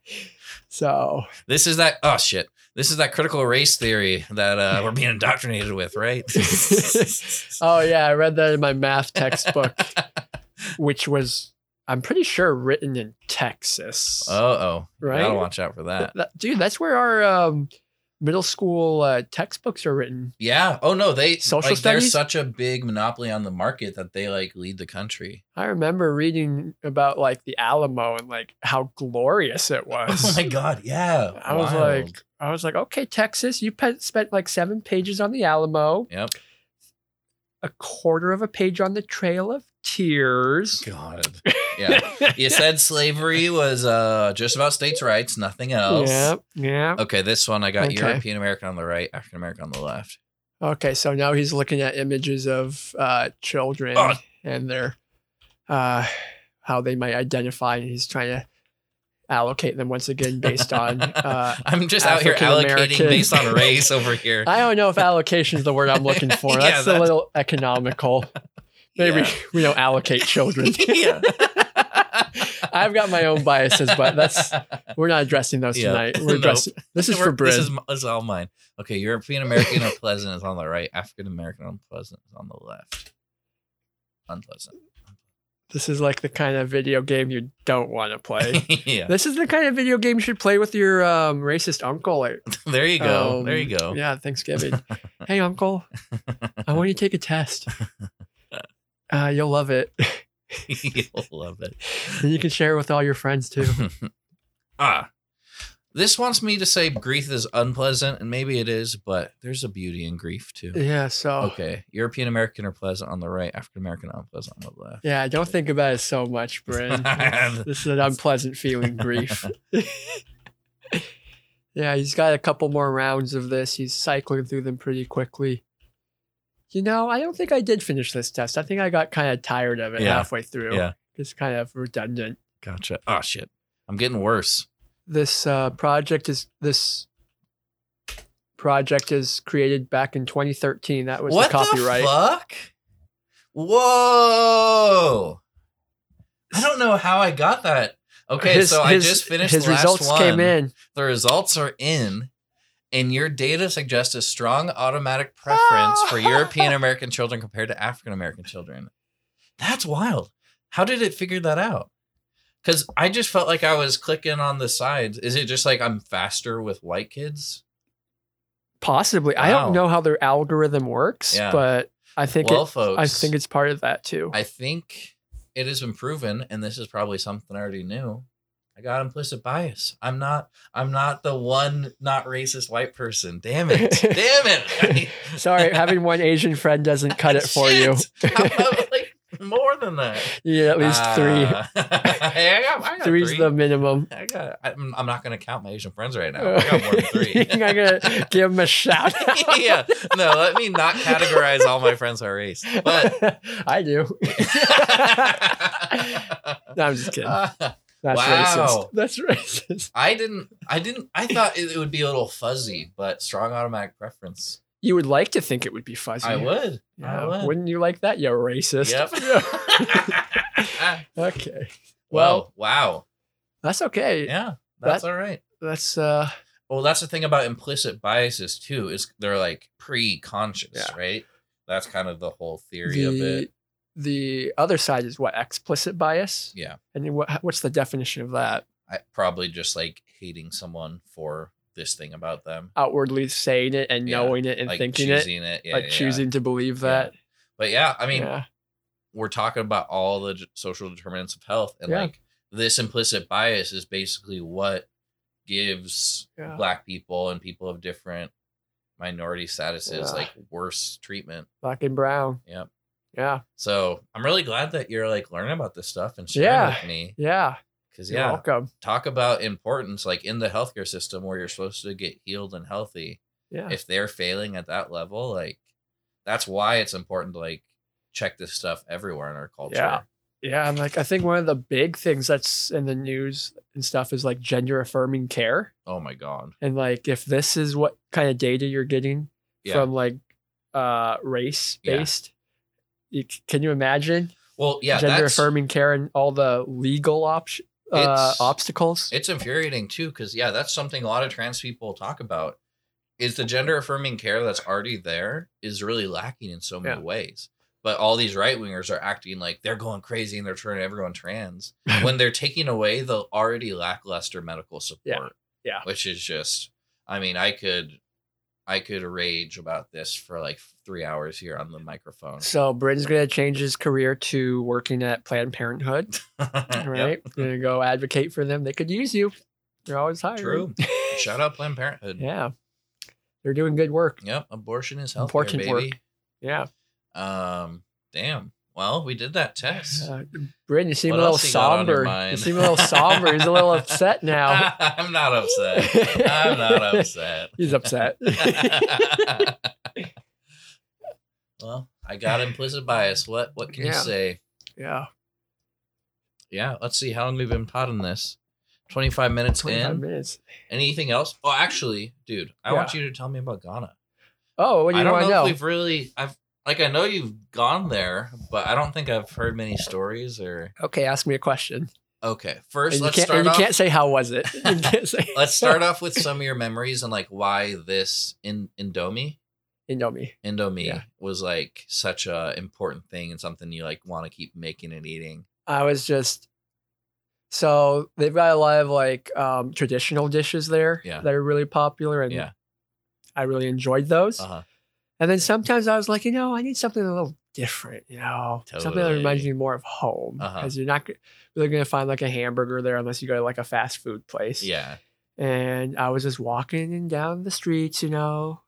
Speaker 2: so
Speaker 1: this is that. Oh shit. This is that critical race theory that uh, we're being indoctrinated with, right?
Speaker 2: oh yeah, I read that in my math textbook, which was I'm pretty sure written in Texas.
Speaker 1: Uh oh.
Speaker 2: Right?
Speaker 1: Gotta watch out for
Speaker 2: Th-
Speaker 1: that.
Speaker 2: that- dude, that's where our um, middle school uh, textbooks are written.
Speaker 1: Yeah. Oh no, they
Speaker 2: Social
Speaker 1: like they're
Speaker 2: studies?
Speaker 1: such a big monopoly on the market that they like lead the country.
Speaker 2: I remember reading about like the Alamo and like how glorious it was.
Speaker 1: Oh my god, yeah.
Speaker 2: I was
Speaker 1: Wild.
Speaker 2: like, I was like, okay, Texas, you pe- spent like seven pages on the Alamo.
Speaker 1: Yep.
Speaker 2: a quarter of a page on the Trail of Tears.
Speaker 1: God. Yeah. you said slavery was uh, just about states' rights, nothing else.
Speaker 2: Yeah. Yeah.
Speaker 1: Okay, this one I got
Speaker 2: Okay.
Speaker 1: European American on the right, African American on the left.
Speaker 2: Okay, so now he's looking at images of uh, children
Speaker 1: Oh.
Speaker 2: and their uh, how they might identify, and he's trying to allocate them once again based on. Uh,
Speaker 1: I'm just out here allocating
Speaker 2: African-American.
Speaker 1: based on race over here.
Speaker 2: I don't know if allocation is the word I'm looking for.
Speaker 1: Yeah,
Speaker 2: That's
Speaker 1: that's-
Speaker 2: a little economical. Maybe
Speaker 1: Yeah.
Speaker 2: we don't allocate children.
Speaker 1: yeah.
Speaker 2: I've got my own biases, but that's we're not addressing those
Speaker 1: Yeah.
Speaker 2: tonight. We're
Speaker 1: Nope.
Speaker 2: addressing this is for
Speaker 1: We're-
Speaker 2: Bryn.
Speaker 1: This is, m- this is all mine. Okay, European American unpleasant is on the right. African American unpleasant is on the left. Unpleasant.
Speaker 2: this is like the kind of video game you don't want to play.
Speaker 1: yeah.
Speaker 2: This is the kind of video game you should play with your um, racist uncle. Or,
Speaker 1: There you go. there
Speaker 2: um,
Speaker 1: you go.
Speaker 2: Yeah, Thanksgiving. hey, uncle, I want you to take a test. Uh, you'll love it.
Speaker 1: You'll love it.
Speaker 2: And you can share it with all your friends too.
Speaker 1: ah. This wants me to say grief is unpleasant, and maybe it is, but there's a beauty in grief too.
Speaker 2: Yeah, so
Speaker 1: Okay. European American are pleasant on the right, African American unpleasant on the left.
Speaker 2: yeah, don't think about it so much, Bryn. this is an unpleasant feeling, grief. yeah, he's got a couple more rounds of this. He's cycling through them pretty quickly. You know, I don't think I did finish this test. I think I got kind of tired of it
Speaker 1: Yeah,
Speaker 2: halfway through.
Speaker 1: yeah.
Speaker 2: It's kind of redundant.
Speaker 1: Gotcha. Oh shit. I'm getting worse.
Speaker 2: This uh, project is this project is created back in 2013. That was the copyright.
Speaker 1: fuck? Whoa! I don't know how I got that. Okay,
Speaker 2: His-
Speaker 1: so I
Speaker 2: his-
Speaker 1: just finished
Speaker 2: His
Speaker 1: the last
Speaker 2: results
Speaker 1: one.
Speaker 2: came in.
Speaker 1: The results are in, and your data suggests a strong automatic preference for European American children compared to African American children. That's wild. How did it figure that out? Because I just felt like I was clicking on the sides. Is it just like I'm faster with white kids?
Speaker 2: Possibly. I
Speaker 1: Wow.
Speaker 2: don't know how their algorithm works,
Speaker 1: Yeah.
Speaker 2: but I think
Speaker 1: well,
Speaker 2: it,
Speaker 1: folks,
Speaker 2: I think it's part of that too.
Speaker 1: I think it has been proven, and this is probably something I already knew. I got implicit bias. I'm not. I'm not the one not racist white person. Damn it! Damn it!
Speaker 2: Sorry, having one Asian friend doesn't cut it for you.
Speaker 1: Shit. How about, like more than that?
Speaker 2: You need at least three.
Speaker 1: Uh, I got, I got
Speaker 2: Three's
Speaker 1: three.
Speaker 2: the minimum.
Speaker 1: I got. I'm, I'm not going to count my Asian friends right now. I got more than three.
Speaker 2: I'm gonna give him a shout out.
Speaker 1: yeah. No, let me not categorize all my friends by race. But
Speaker 2: I do. No, I'm just kidding. That's
Speaker 1: Uh, Wow.
Speaker 2: racist. That's racist.
Speaker 1: I didn't. I didn't. I thought it, it would be a little fuzzy, but strong automatic preference.
Speaker 2: You would like to think it would be fuzzy.
Speaker 1: I would.
Speaker 2: Yeah,
Speaker 1: I would.
Speaker 2: Wouldn't you like that? You racist.
Speaker 1: Yep.
Speaker 2: Okay.
Speaker 1: well,
Speaker 2: Well,
Speaker 1: wow.
Speaker 2: that's okay.
Speaker 1: Yeah, that's
Speaker 2: that-
Speaker 1: all right.
Speaker 2: That's uh
Speaker 1: Well, that's the thing about implicit biases too. Is they're like pre-conscious,
Speaker 2: Yeah.
Speaker 1: right? That's kind of the whole theory of
Speaker 2: the
Speaker 1: it.
Speaker 2: the other side is what explicit bias.
Speaker 1: Yeah.
Speaker 2: And then what what's the definition of that?
Speaker 1: I, probably just like hating someone for this thing about them,
Speaker 2: Outwardly saying it and
Speaker 1: Yeah,
Speaker 2: knowing it and
Speaker 1: like
Speaker 2: thinking it.
Speaker 1: choosing it, yeah,
Speaker 2: like
Speaker 1: yeah, yeah.
Speaker 2: choosing to believe
Speaker 1: Yeah.
Speaker 2: that.
Speaker 1: But yeah, I mean,
Speaker 2: yeah.
Speaker 1: we're talking about all the j- social determinants of health and
Speaker 2: Yeah.
Speaker 1: like this implicit bias is basically what gives
Speaker 2: Yeah.
Speaker 1: black people and people of different minority statuses
Speaker 2: Yeah.
Speaker 1: like worse treatment
Speaker 2: black and brown.
Speaker 1: Yep.
Speaker 2: Yeah.
Speaker 1: so i'm really glad that you're like learning about this stuff and sharing
Speaker 2: Yeah.
Speaker 1: with me
Speaker 2: Yeah.
Speaker 1: because
Speaker 2: You're
Speaker 1: yeah
Speaker 2: welcome.
Speaker 1: talk about importance like in the healthcare system where you're supposed to get healed and healthy
Speaker 2: Yeah.
Speaker 1: if they're failing at that level like that's why it's important to like check this stuff everywhere in our culture
Speaker 2: Yeah. Yeah. And like, I think one of the big things that's in the news and stuff is like gender affirming care.
Speaker 1: oh my god
Speaker 2: And like, if this is what kind of data you're getting
Speaker 1: Yeah.
Speaker 2: from like uh, race
Speaker 1: Yeah.
Speaker 2: based, you, c- can you imagine
Speaker 1: well yeah
Speaker 2: gender
Speaker 1: that's
Speaker 2: affirming care and all the legal option uh,
Speaker 1: It's-
Speaker 2: obstacles?
Speaker 1: It's infuriating too, because yeah, that's something a lot of trans people talk about. Is the gender affirming care that's already there is really lacking in so many
Speaker 2: Yeah.
Speaker 1: ways. But all these right wingers are acting like they're going crazy and they're turning everyone trans when they're taking away the already lackluster medical support.
Speaker 2: Yeah.
Speaker 1: Which is just I mean, I could I could rage about this for like three hours here on the microphone.
Speaker 2: so Britain's going to change his career to working at Planned Parenthood.
Speaker 1: Yep,
Speaker 2: right? You're gonna go advocate for them. They could use you. They're always hiring.
Speaker 1: True. Shout out Planned Parenthood.
Speaker 2: Yeah, they're doing good work.
Speaker 1: Yep. Abortion is healthcare,
Speaker 2: Important
Speaker 1: baby.
Speaker 2: work. Yeah,
Speaker 1: Um, damn. Well, we did that test.
Speaker 2: Uh, Bryn, you seem
Speaker 1: What
Speaker 2: a little
Speaker 1: else you got on your
Speaker 2: somber. You
Speaker 1: mind?
Speaker 2: seem a little somber. He's a little upset now.
Speaker 1: I'm not upset. I'm not upset.
Speaker 2: He's upset.
Speaker 1: well, I got implicit bias. What what can you
Speaker 2: Yeah.
Speaker 1: say?
Speaker 2: yeah.
Speaker 1: Yeah, let's see how long we've been potting this. 25 minutes
Speaker 2: 25
Speaker 1: in.
Speaker 2: minutes.
Speaker 1: Anything else? Oh, actually, dude, I want you to tell me about Ghana.
Speaker 2: Oh, what do
Speaker 1: I
Speaker 2: you
Speaker 1: don't
Speaker 2: want
Speaker 1: know,
Speaker 2: to know?
Speaker 1: if we've really I've like I know you've gone there, but I don't think I've heard many stories or
Speaker 2: Okay, ask me a question.
Speaker 1: Okay, first
Speaker 2: And you,
Speaker 1: let's
Speaker 2: can't,
Speaker 1: start
Speaker 2: and you
Speaker 1: off
Speaker 2: can't say how was it. You can't say
Speaker 1: Let's start off with some of your memories and like why this in Indomie
Speaker 2: You know me.
Speaker 1: Indomie
Speaker 2: Yeah.
Speaker 1: was like such a important thing and something you like want to keep making and eating.
Speaker 2: I was just so they've got a lot of like um, traditional dishes there
Speaker 1: Yeah.
Speaker 2: that are really popular, and
Speaker 1: Yeah.
Speaker 2: I really enjoyed those.
Speaker 1: Uh-huh.
Speaker 2: And then sometimes I was like, you know, I need something a little different, you know, something that reminds
Speaker 1: Totally.
Speaker 2: me more of home
Speaker 1: Uh-huh.
Speaker 2: because you're not g- really going to find like a hamburger there unless you go to like a fast food place.
Speaker 1: Yeah.
Speaker 2: And I was just walking in down the streets, you know,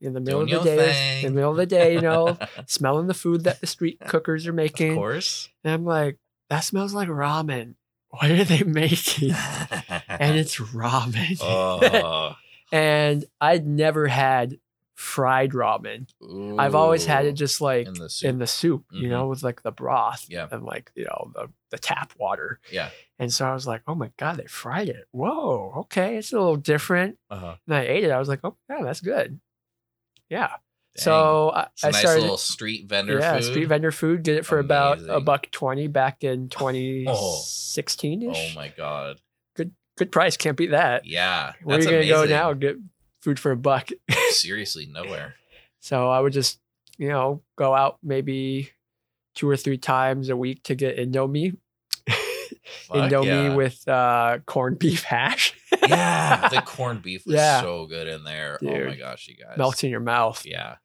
Speaker 2: in the middle
Speaker 1: Doing
Speaker 2: of the
Speaker 1: your
Speaker 2: day, in
Speaker 1: thing.
Speaker 2: the middle of the day, you know,
Speaker 1: of
Speaker 2: smelling the food that the street cookers are making.
Speaker 1: course.
Speaker 2: And I'm like, that smells like ramen. What are they making? and it's ramen.
Speaker 1: oh,
Speaker 2: and I'd never had fried ramen. I've always had it
Speaker 1: ooh,
Speaker 2: just like
Speaker 1: in the
Speaker 2: in
Speaker 1: soup.
Speaker 2: the soup, you
Speaker 1: Mhm.
Speaker 2: know, with like the broth
Speaker 1: Yeah.
Speaker 2: and like, you know, the, the tap water.
Speaker 1: Yeah.
Speaker 2: And so I was like, oh my God, they fried it. Whoa, okay. It's a little different.
Speaker 1: Uh-huh.
Speaker 2: And I ate it. I was like, oh, yeah, that's good. Yeah.
Speaker 1: Dang.
Speaker 2: So I,
Speaker 1: it's a
Speaker 2: I
Speaker 1: nice
Speaker 2: started.
Speaker 1: little street vendor
Speaker 2: yeah,
Speaker 1: food.
Speaker 2: street vendor food. Did it for about a
Speaker 1: Amazing.
Speaker 2: buck twenty back in twenty sixteen
Speaker 1: Oh
Speaker 2: ish.
Speaker 1: my god.
Speaker 2: Good price, can't beat that.
Speaker 1: Yeah.
Speaker 2: Where
Speaker 1: that's
Speaker 2: are you gonna
Speaker 1: amazing.
Speaker 2: go now and get food for a buck?
Speaker 1: Seriously, nowhere.
Speaker 2: So I would just, you know, go out maybe two or three times a week to get Indomie.
Speaker 1: Fuck
Speaker 2: Indomie
Speaker 1: yeah.
Speaker 2: with uh, corned beef hash
Speaker 1: yeah, the corned beef was
Speaker 2: Yeah.
Speaker 1: so good in there. Oh my
Speaker 2: Dude.
Speaker 1: gosh, you guys.
Speaker 2: melts in your mouth.
Speaker 1: Yeah.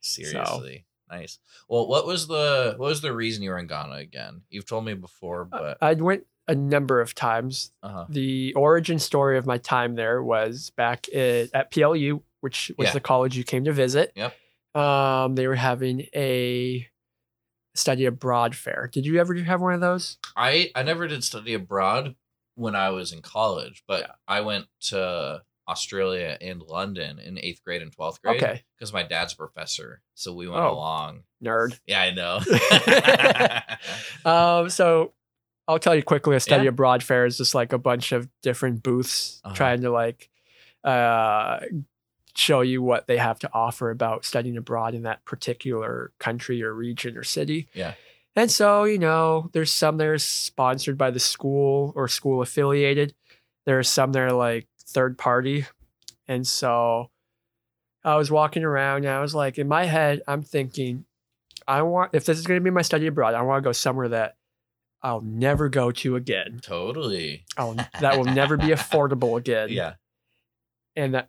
Speaker 1: Seriously. Nice. Well, what was the what was the reason you were in Ghana again? You've told me before, but
Speaker 2: I went a number of times.
Speaker 1: uh-huh.
Speaker 2: The origin story of my time there was back at, at PLU, which was
Speaker 1: Yeah.
Speaker 2: the college you came to visit.
Speaker 1: Yep.
Speaker 2: Um, they were having a study abroad fair. Did you ever have one of those?
Speaker 1: I I never did study abroad when I was in college, but I went to Australia and London in eighth grade and twelfth grade.
Speaker 2: Okay,
Speaker 1: Because my dad's a professor, so we went
Speaker 2: Oh.
Speaker 1: along.
Speaker 2: nerd.
Speaker 1: Yeah, I know.
Speaker 2: Um, so I'll tell you quickly. A study
Speaker 1: Yeah.
Speaker 2: abroad fair is just like a bunch of different booths
Speaker 1: Uh-huh.
Speaker 2: trying to like uh, show you what they have to offer about studying abroad in that particular country or region or city.
Speaker 1: Yeah.
Speaker 2: And so you know, there's some that are sponsored by the school or school affiliated. There are some that are like third party, and so I was walking around and I was like, in my head, I'm thinking, I want, if this is going to be my study abroad, I want to go somewhere that I'll never go to again.
Speaker 1: totally.
Speaker 2: I'll, that will never be affordable again.
Speaker 1: Yeah.
Speaker 2: And that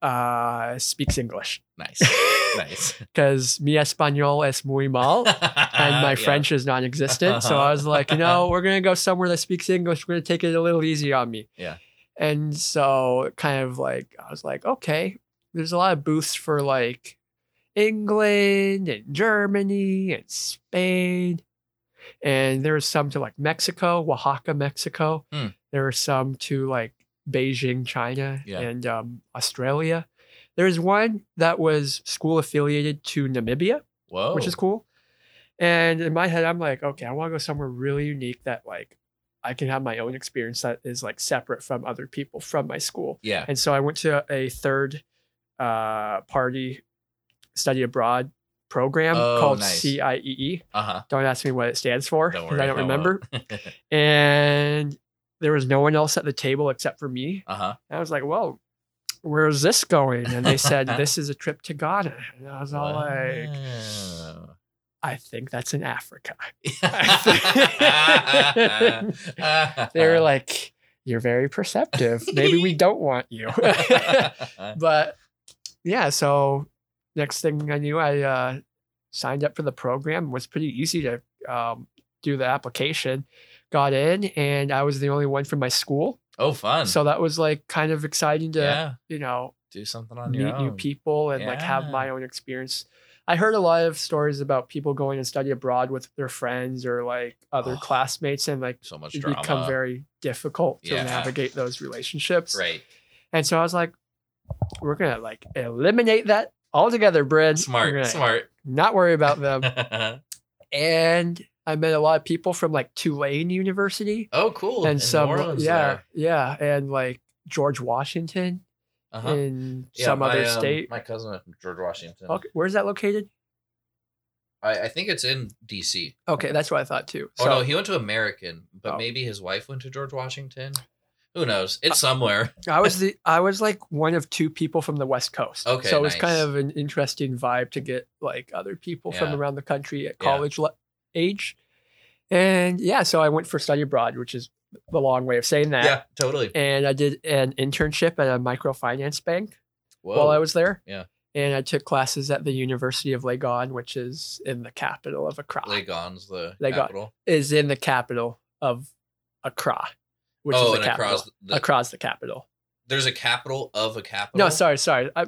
Speaker 2: uh, speaks English.
Speaker 1: Nice. nice.
Speaker 2: Because mi español es muy mal and my
Speaker 1: Uh-huh, Yeah. Uh-huh.
Speaker 2: French is non existent. So I was like, you know, we're going to go somewhere that speaks English. We're going to take it a little easy on me.
Speaker 1: Yeah.
Speaker 2: And so it kind of like, I was like, okay, there's a lot of booths for like England and Germany and Spain. And there was some to like Mexico, Oaxaca, Mexico.
Speaker 1: Hmm.
Speaker 2: There were some to like Beijing, China,
Speaker 1: Yeah.
Speaker 2: and um, Australia. There's one that was school affiliated to Namibia
Speaker 1: Whoa.
Speaker 2: which is cool. And in my head, I'm like, okay, I want to go somewhere really unique that like I can have my own experience that is like separate from other people from my school.
Speaker 1: Yeah.
Speaker 2: And so I went to a third uh, party study abroad program
Speaker 1: Oh,
Speaker 2: called
Speaker 1: nice.
Speaker 2: CIEE.
Speaker 1: Uh huh.
Speaker 2: E. Don't ask me what it stands for.
Speaker 1: Don't
Speaker 2: 'cause
Speaker 1: worry, uh,
Speaker 2: I
Speaker 1: I
Speaker 2: don't
Speaker 1: won't.
Speaker 2: remember. and there was no one else at the table except for me.
Speaker 1: Uh huh.
Speaker 2: And I was like, well, where's this going? And they said, this is a trip to Ghana. And I was all like, I think that's in Africa. They were like, You're very perceptive. Maybe we don't want you. but yeah, so next thing I knew, I uh, signed up for the program. It was pretty easy to um, do the application. Got in, and I was the only one from my school.
Speaker 1: oh, fun.
Speaker 2: So uh, that was like kind of exciting to,
Speaker 1: yeah,
Speaker 2: you know,
Speaker 1: do something on your
Speaker 2: meet
Speaker 1: own.
Speaker 2: new people and like have
Speaker 1: Yeah.
Speaker 2: my own experience. I heard a lot of stories about people going and study abroad with their friends or like other
Speaker 1: Oh.
Speaker 2: classmates, and like
Speaker 1: So much
Speaker 2: it
Speaker 1: drama.
Speaker 2: become very difficult to
Speaker 1: Yeah.
Speaker 2: navigate those relationships.
Speaker 1: right.
Speaker 2: And so I was like, we're gonna like eliminate that altogether, Brad. We're
Speaker 1: Smart.
Speaker 2: gonna
Speaker 1: Smart.
Speaker 2: Not worry about them.
Speaker 1: oh,
Speaker 2: and I met a lot of people from like Tulane University
Speaker 1: Oh, cool.
Speaker 2: and
Speaker 1: In
Speaker 2: some
Speaker 1: New Orleans
Speaker 2: yeah
Speaker 1: there.
Speaker 2: yeah and like George Washington
Speaker 1: Uh-huh.
Speaker 2: in
Speaker 1: Yeah,
Speaker 2: some other
Speaker 1: my, um,
Speaker 2: state.
Speaker 1: My uh, cousin went from George Washington.
Speaker 2: okay, where's that located?
Speaker 1: I, I think it's in D.C.
Speaker 2: Okay, that's what I thought too.
Speaker 1: Oh no, he went to American, but
Speaker 2: Oh. Uh,
Speaker 1: maybe his wife went to George Washington. Who knows? It's somewhere.
Speaker 2: I was the I was like one of two people from the West Coast.
Speaker 1: Okay,
Speaker 2: so it was kind
Speaker 1: nice.
Speaker 2: of an interesting vibe to get like other people from
Speaker 1: Yeah.
Speaker 2: around the country at college le- age, and yeah, so I went for study abroad, which is the long way of saying that.
Speaker 1: yeah, totally.
Speaker 2: And I did an internship at a microfinance bank
Speaker 1: Whoa.
Speaker 2: while I was there.
Speaker 1: Yeah.
Speaker 2: And I took classes at the University of Legon, which is in the capital of Accra.
Speaker 1: Legon's the
Speaker 2: Legon.
Speaker 1: capital.
Speaker 2: Is in the capital of Accra, which
Speaker 1: oh,
Speaker 2: is the
Speaker 1: and
Speaker 2: capital.
Speaker 1: across the, Oh.
Speaker 2: across the capital.
Speaker 1: there's a capital of a capital. Oh,
Speaker 2: No, sorry, sorry. I,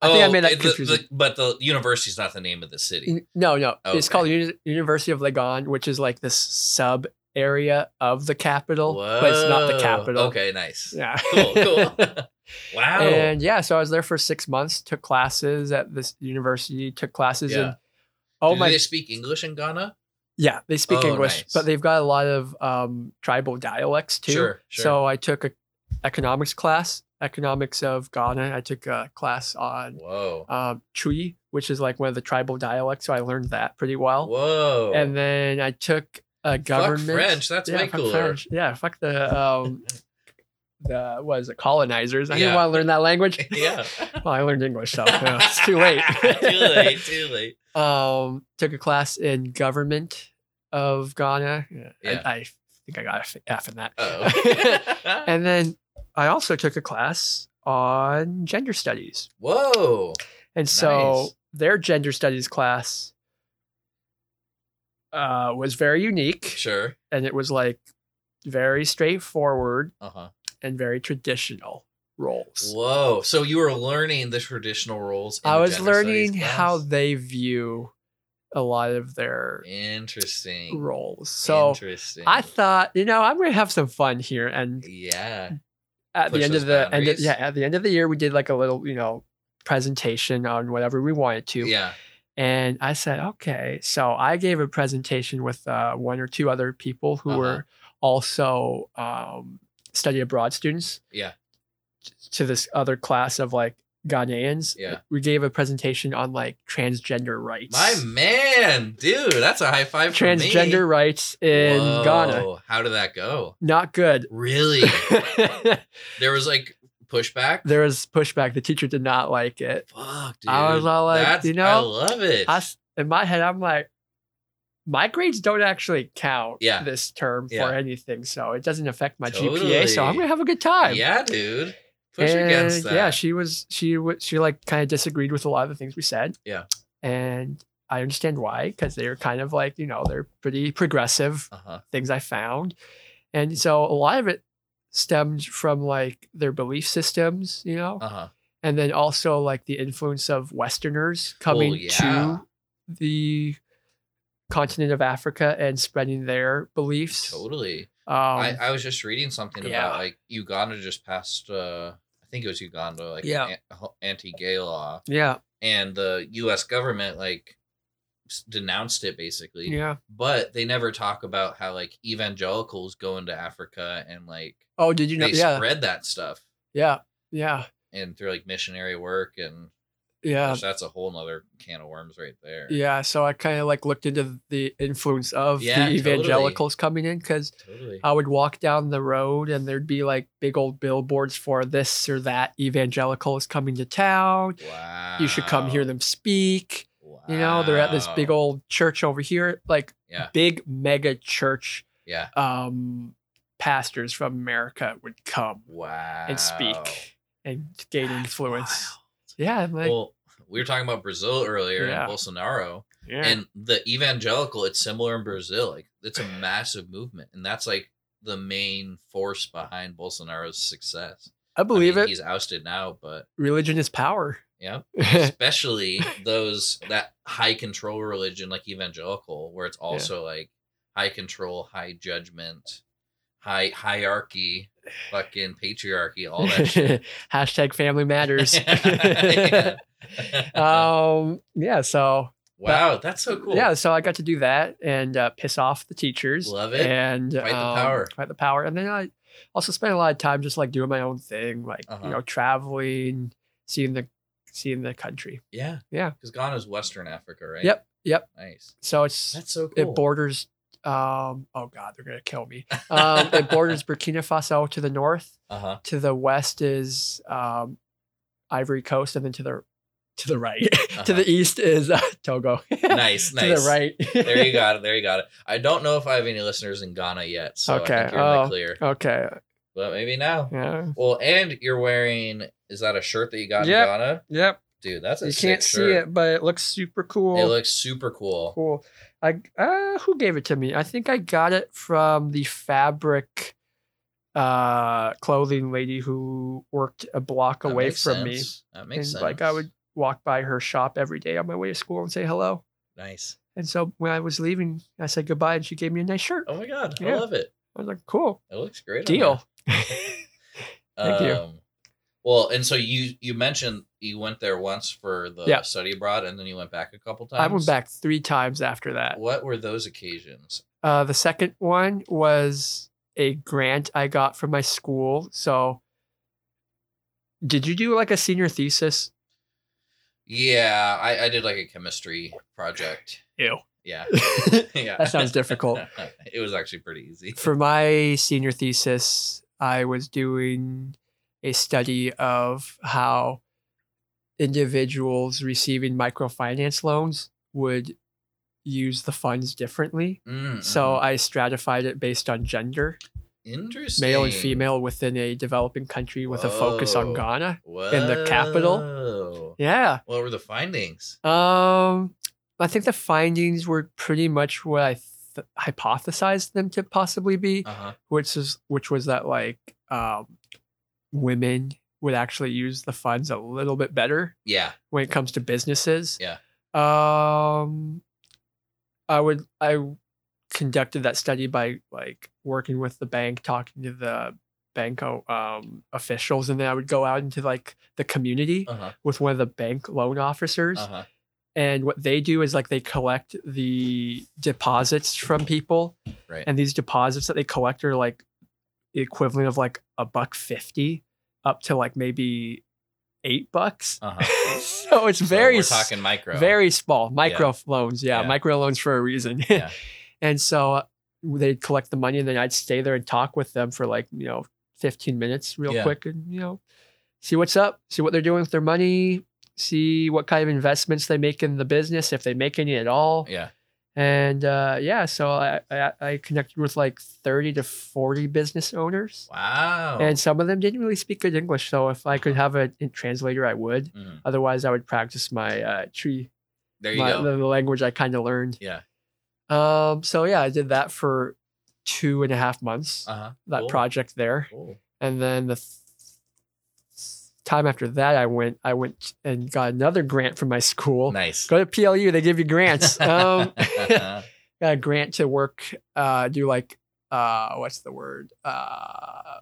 Speaker 2: I think I made that
Speaker 1: it- the-
Speaker 2: confusing.
Speaker 1: the- but the university's not the name of the city.
Speaker 2: N- No, no. It's
Speaker 1: Okay.
Speaker 2: called Uni- University of Legon, which is like this sub area of the capital, but it's not the
Speaker 1: Whoa.
Speaker 2: capital.
Speaker 1: Okay, nice.
Speaker 2: Yeah.
Speaker 1: Cool, cool. wow.
Speaker 2: and yeah, so I was there for six months, took classes at this university, took classes
Speaker 1: Yeah.
Speaker 2: in. Oh
Speaker 1: Do
Speaker 2: my!
Speaker 1: they speak English in Ghana?
Speaker 2: yeah, they speak
Speaker 1: Oh,
Speaker 2: English,
Speaker 1: nice.
Speaker 2: but they've got a lot of um, tribal dialects too.
Speaker 1: Sure, sure.
Speaker 2: So I took a economics class, economics of Ghana. I took a class on
Speaker 1: Whoa.
Speaker 2: um, Chui, which is like one of the tribal dialects. So I learned that pretty well.
Speaker 1: Whoa.
Speaker 2: and then I took a government
Speaker 1: Fuck French. That's
Speaker 2: yeah,
Speaker 1: way
Speaker 2: fuck
Speaker 1: cooler.
Speaker 2: French. Yeah, fuck the um, the what is it? Colonizers. I
Speaker 1: Yeah.
Speaker 2: didn't want to learn that language.
Speaker 1: yeah.
Speaker 2: Well, I learned English, so you know, it's too late.
Speaker 1: too late. Too late.
Speaker 2: Um, took a class in government of Ghana. Yeah, I-
Speaker 1: Yeah.
Speaker 2: I, think I got a f- F in that.
Speaker 1: Oh.
Speaker 2: and then I also took a class on gender studies.
Speaker 1: Whoa.
Speaker 2: And so
Speaker 1: Nice.
Speaker 2: their gender studies class uh, was very unique
Speaker 1: Sure.
Speaker 2: and it was like very straightforward
Speaker 1: Uh huh.
Speaker 2: and very traditional roles.
Speaker 1: Whoa. So you were learning the traditional roles. in
Speaker 2: I
Speaker 1: the
Speaker 2: was
Speaker 1: gender studies
Speaker 2: learning how
Speaker 1: class?
Speaker 2: they view a lot of their
Speaker 1: Interesting.
Speaker 2: roles. So
Speaker 1: Interesting.
Speaker 2: I thought, you know, I'm gonna have some fun here. And
Speaker 1: Yeah.
Speaker 2: at
Speaker 1: Push
Speaker 2: the end
Speaker 1: those
Speaker 2: of the end, of,
Speaker 1: boundaries.
Speaker 2: yeah, at the end of the year, we did like a little, you know, presentation on whatever we wanted to.
Speaker 1: Yeah.
Speaker 2: And I said, okay. So I gave a presentation with uh, one or two other people who
Speaker 1: Uh-huh.
Speaker 2: were also um, study abroad students.
Speaker 1: Yeah.
Speaker 2: To this other class of like Ghanaians.
Speaker 1: Yeah.
Speaker 2: We gave a presentation on like transgender rights.
Speaker 1: My man, dude, that's a high five. from me.
Speaker 2: transgender rights in Ghana.
Speaker 1: Whoa, How did that go?
Speaker 2: Not good.
Speaker 1: Really?
Speaker 2: there
Speaker 1: there was like pushback.
Speaker 2: was pushback. The teacher did not like it.
Speaker 1: Fuck, dude.
Speaker 2: I was all like,
Speaker 1: That's-
Speaker 2: you know,
Speaker 1: I love it.
Speaker 2: I s in my head, I'm like, my grades don't actually count
Speaker 1: Yeah.
Speaker 2: this term
Speaker 1: Yeah.
Speaker 2: for anything, so it doesn't affect my GPA. So I'm
Speaker 1: Totally.
Speaker 2: gonna have a good time.
Speaker 1: yeah, dude. Push against
Speaker 2: And,
Speaker 1: that.
Speaker 2: Yeah, she was she wa- she like kind of disagreed with a lot of the things we said.
Speaker 1: Yeah.
Speaker 2: and I understand why because they're kind of like you know they're pretty progressive
Speaker 1: uh-huh.
Speaker 2: things I found, and so a lot of it stemmed from like their belief systems, you know,
Speaker 1: Uh-huh.
Speaker 2: and then also like the influence of Westerners coming
Speaker 1: Oh, yeah.
Speaker 2: to the continent of Africa and spreading their beliefs.
Speaker 1: Totally.
Speaker 2: Um,
Speaker 1: I, I was just reading something
Speaker 2: yeah.
Speaker 1: about like Uganda just passed uh I think it was Uganda, like
Speaker 2: Yeah.
Speaker 1: an an- anti-gay law,
Speaker 2: yeah,
Speaker 1: and the U.S. government like s- denounced it basically.
Speaker 2: yeah.
Speaker 1: But they never talk about how like evangelicals go into Africa and like
Speaker 2: Oh, did you know?
Speaker 1: they
Speaker 2: Yeah,
Speaker 1: spread that stuff
Speaker 2: yeah, yeah,
Speaker 1: and through like missionary work and
Speaker 2: yeah,
Speaker 1: gosh, that's a whole nother can of worms right there.
Speaker 2: yeah. So I kind of like looked into the influence of
Speaker 1: Yeah,
Speaker 2: the
Speaker 1: totally.
Speaker 2: evangelicals coming in because
Speaker 1: Totally.
Speaker 2: I would walk down the road and there'd be like big old billboards for this or that evangelical is coming to town.
Speaker 1: wow.
Speaker 2: You should come hear them speak. You know, they're at this big
Speaker 1: Wow.
Speaker 2: old church over here, like
Speaker 1: Oh. Yeah.
Speaker 2: big mega church
Speaker 1: Yeah.
Speaker 2: um pastors from America would come
Speaker 1: Wow.
Speaker 2: and speak and gain
Speaker 1: That's
Speaker 2: influence.
Speaker 1: wild.
Speaker 2: Yeah, I'm like
Speaker 1: well, we were talking about Brazil earlier
Speaker 2: Yeah.
Speaker 1: and Bolsonaro
Speaker 2: yeah.
Speaker 1: and the evangelical. It's similar in Brazil. Like it's a massive movement, and that's like the main force behind Bolsonaro's success.
Speaker 2: I
Speaker 1: I mean,
Speaker 2: believe it.
Speaker 1: He's ousted now, but
Speaker 2: Religion is power.
Speaker 1: Yeah. Especially those that high control religion like evangelical, where it's also like high control, high judgment, high hierarchy, fucking patriarchy, all that shit.
Speaker 2: Hashtag family matters.
Speaker 1: Yeah.
Speaker 2: um, yeah. So
Speaker 1: wow, that's so cool.
Speaker 2: yeah, so I got to do that and uh, piss off the teachers.
Speaker 1: Love it.
Speaker 2: And
Speaker 1: Fight the
Speaker 2: um,
Speaker 1: power.
Speaker 2: Fight the power. And then I also spent a lot of time just like doing my own thing, like
Speaker 1: Uh-huh.
Speaker 2: you know, traveling, seeing the seeing the country.
Speaker 1: Yeah.
Speaker 2: Yeah.
Speaker 1: Because Ghana's Western Africa, right?
Speaker 2: Yep. Yep.
Speaker 1: Nice.
Speaker 2: So it's
Speaker 1: That's so cool.
Speaker 2: it borders um oh god, they're gonna kill me. Um it borders Burkina Faso to the north.
Speaker 1: Uh huh.
Speaker 2: To the west is um Ivory Coast, and then to the to the right. to
Speaker 1: Uh-huh.
Speaker 2: the east is uh, Togo.
Speaker 1: Nice.
Speaker 2: to
Speaker 1: Nice.
Speaker 2: the right.
Speaker 1: there you got it. There you got it. I don't know if I have any listeners in Ghana yet, so
Speaker 2: Okay,
Speaker 1: I think you're in the
Speaker 2: oh.
Speaker 1: clear.
Speaker 2: Okay.
Speaker 1: But maybe now.
Speaker 2: Yeah.
Speaker 1: Well, and you're wearing is that a shirt that you got
Speaker 2: Yep.
Speaker 1: in Ghana?
Speaker 2: Yep.
Speaker 1: Dude, that's a
Speaker 2: you
Speaker 1: sick
Speaker 2: can't see
Speaker 1: shirt.
Speaker 2: it, but it looks super cool.
Speaker 1: It looks super cool.
Speaker 2: cool. I uh, who gave it to me? I think I got it from the fabric uh clothing lady who worked a block
Speaker 1: That
Speaker 2: away
Speaker 1: makes
Speaker 2: from me.
Speaker 1: sense. That makes
Speaker 2: and
Speaker 1: sense.
Speaker 2: like I would walk by her shop every day on my way to school and say hello.
Speaker 1: nice.
Speaker 2: And so when I was leaving, I said goodbye and she gave me a nice shirt.
Speaker 1: Oh my god, I
Speaker 2: Yeah.
Speaker 1: love it.
Speaker 2: I was like, cool,
Speaker 1: It looks great. on
Speaker 2: deal.
Speaker 1: you.
Speaker 2: Thank you.
Speaker 1: Um, Well, and so you you mentioned you went there once for the
Speaker 2: Yeah.
Speaker 1: study abroad, and then you went back a couple times.
Speaker 2: I went back three times after that.
Speaker 1: What were those occasions?
Speaker 2: Uh, the second one was a grant I got from my school. So, did you do like a senior thesis?
Speaker 1: Yeah, I, I did like a chemistry project.
Speaker 2: Ew.
Speaker 1: Yeah, yeah.
Speaker 2: That sounds difficult.
Speaker 1: it was actually pretty easy.
Speaker 2: For my senior thesis, I was doing a study of how individuals receiving microfinance loans would use the funds differently.
Speaker 1: Mm,
Speaker 2: So,
Speaker 1: mhm.
Speaker 2: I stratified it based on gender,
Speaker 1: interesting.
Speaker 2: male and female within a developing country with a focus on
Speaker 1: Whoa.
Speaker 2: Ghana.
Speaker 1: Whoa.
Speaker 2: the capital. Yeah.
Speaker 1: What were the findings?
Speaker 2: Um, I think the findings were pretty much what I th- hypothesized them to possibly be,
Speaker 1: Uh huh.
Speaker 2: which is which was that like um, women would actually use the funds a little bit better
Speaker 1: Yeah.
Speaker 2: when it comes to businesses.
Speaker 1: Yeah.
Speaker 2: Um, I would I conducted that study by like working with the bank, talking to the bank o- um, officials, and then I would go out into like the community
Speaker 1: Uh huh.
Speaker 2: with one of the bank loan officers
Speaker 1: Uh huh.
Speaker 2: and what they do is like they collect the deposits from people
Speaker 1: Right.
Speaker 2: and these deposits that they collect are like the equivalent of like a buck 50 up to like maybe 8 bucks
Speaker 1: Uh huh.
Speaker 2: so it's very
Speaker 1: we're
Speaker 2: s-
Speaker 1: talking micro.
Speaker 2: very small micro loans yeah,
Speaker 1: Yeah.
Speaker 2: micro loans for a reason
Speaker 1: Yeah.
Speaker 2: and so uh, they'd collect the money and then I'd stay there and talk with them for like you know 15 minutes real
Speaker 1: Yeah.
Speaker 2: quick and you know see what's up see what they're doing with their money see what kind of investments they make in the business if they make any at all
Speaker 1: Yeah.
Speaker 2: and uh, yeah so I, I I connected with like 30 to 40 business owners
Speaker 1: Wow.
Speaker 2: and some of them didn't really speak good English so if I could have a, a translator I would
Speaker 1: Mhm.
Speaker 2: otherwise I would practice my uh, tree
Speaker 1: There you
Speaker 2: my,
Speaker 1: go.
Speaker 2: The, the language I kind of learned.
Speaker 1: Yeah.
Speaker 2: Um. So yeah, I did that for two and a half months.
Speaker 1: Uh huh.
Speaker 2: that project there,
Speaker 1: Cool.
Speaker 2: and then the th- time after that, I went. I went and got another grant from my school.
Speaker 1: Nice.
Speaker 2: Go to PLU; they give you grants. um, got a grant to work, uh, do like, uh, what's the word? Uh,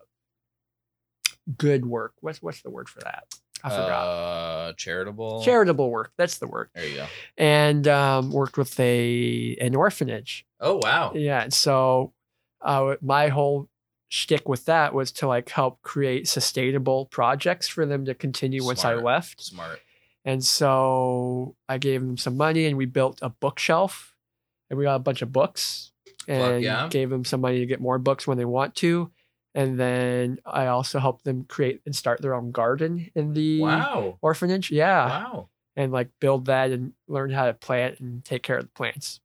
Speaker 2: good work. What's what's the word for that? I forgot.
Speaker 1: Uh, charitable.
Speaker 2: Charitable work. That's the word
Speaker 1: There you go.
Speaker 2: and um, worked with a an orphanage.
Speaker 1: Oh wow.
Speaker 2: Yeah, and so uh, my whole shtick with that was to like help create sustainable projects for them to continue once I
Speaker 1: Smart.
Speaker 2: left.
Speaker 1: Smart.
Speaker 2: And so I gave them some money, and we built a bookshelf, and we got a bunch of books, and
Speaker 1: yeah.
Speaker 2: gave them some money to get more books when they want to. And then I also helped them create and start their own garden in the
Speaker 1: Wow.
Speaker 2: orphanage. Yeah
Speaker 1: Wow.
Speaker 2: and like build that and learn how to plant and take care of the plants.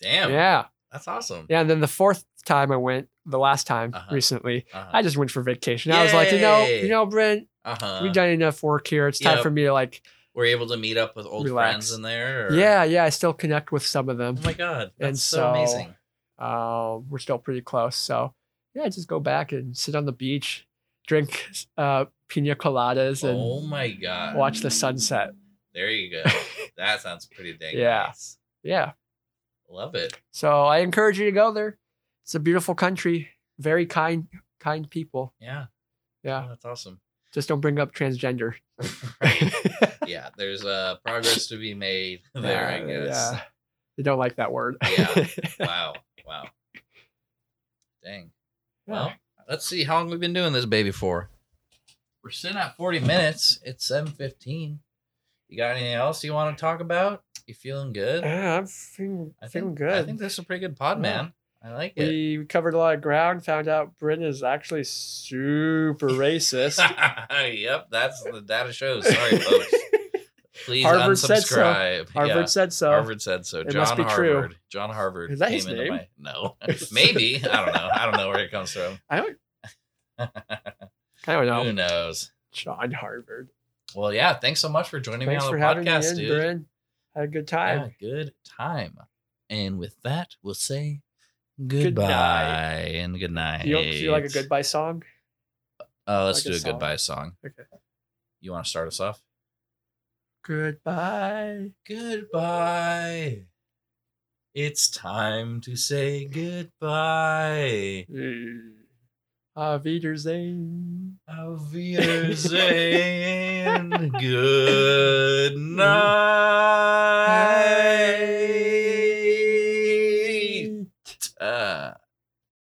Speaker 1: Damn.
Speaker 2: Yeah.
Speaker 1: That's awesome.
Speaker 2: Yeah. And then the fourth time I went, the last time
Speaker 1: Uh-huh.
Speaker 2: recently,
Speaker 1: Uh-huh.
Speaker 2: I just went for vacation. I was like, you know,
Speaker 1: Yay.
Speaker 2: you know, Brent,
Speaker 1: uh-huh.
Speaker 2: we've done enough work here. It's time
Speaker 1: Yep.
Speaker 2: for me to like,
Speaker 1: We're able to meet up with old
Speaker 2: Relax.
Speaker 1: friends in there. or-
Speaker 2: yeah, yeah, I still connect with some of them.
Speaker 1: Oh my god. That's
Speaker 2: And
Speaker 1: so,
Speaker 2: so-
Speaker 1: amazing.
Speaker 2: Uh, we're still pretty close. So yeah, just go back and sit on the beach, drink uh, pina coladas and
Speaker 1: oh my god!
Speaker 2: watch the sunset.
Speaker 1: There you go. that sounds pretty dang
Speaker 2: Yeah.
Speaker 1: nice.
Speaker 2: Yeah.
Speaker 1: Love it.
Speaker 2: So I encourage you to go there. It's a beautiful country, very kind, kind people.
Speaker 1: Yeah.
Speaker 2: Yeah.
Speaker 1: Oh, that's awesome.
Speaker 2: Just don't bring up transgender.
Speaker 1: yeah, there's uh progress to be made there, I
Speaker 2: Uh,
Speaker 1: guess.
Speaker 2: yeah. They don't like that word.
Speaker 1: Yeah. Wow. Wow. Dang. Well, let's see how long we've been doing this baby for. We're sitting at 40 minutes. It's 7:15. You got anything else you want to talk about? You feeling good?
Speaker 2: Yeah, I'm feeling,
Speaker 1: I
Speaker 2: Uh, feeling
Speaker 1: think
Speaker 2: good.
Speaker 1: I think this is a pretty good pod,
Speaker 2: Yeah.
Speaker 1: man. I like it.
Speaker 2: we covered a lot of ground, found out Britain is actually super racist.
Speaker 1: yep, that's the data shows. Sorry, folks. Please
Speaker 2: Harvard said so.
Speaker 1: unsubscribe.
Speaker 2: Harvard
Speaker 1: Yeah.
Speaker 2: said so.
Speaker 1: Harvard said so.
Speaker 2: It
Speaker 1: John
Speaker 2: must be true.
Speaker 1: Harvard. John Harvard.
Speaker 2: Is that his
Speaker 1: into
Speaker 2: name?
Speaker 1: My, no, maybe. I don't know. I don't know where it comes from.
Speaker 2: I don't I don't know.
Speaker 1: Who knows?
Speaker 2: John Harvard.
Speaker 1: Well, yeah. Thanks so much for joining
Speaker 2: Thanks
Speaker 1: me
Speaker 2: for
Speaker 1: on
Speaker 2: having
Speaker 1: the podcast,
Speaker 2: me in,
Speaker 1: dude.
Speaker 2: Bryn. Had a good time.
Speaker 1: Yeah, good time. And with that, we'll say goodbye and good night.
Speaker 2: Do you, do you like a goodbye song?
Speaker 1: Uh, let's
Speaker 2: like a
Speaker 1: do a
Speaker 2: song?
Speaker 1: goodbye song.
Speaker 2: Okay.
Speaker 1: You want to start us off?
Speaker 2: Goodbye.
Speaker 1: Goodbye. It's time to say goodbye.
Speaker 2: Auf Wiedersehen.
Speaker 1: Auf Wiedersehen. Good night. Uh,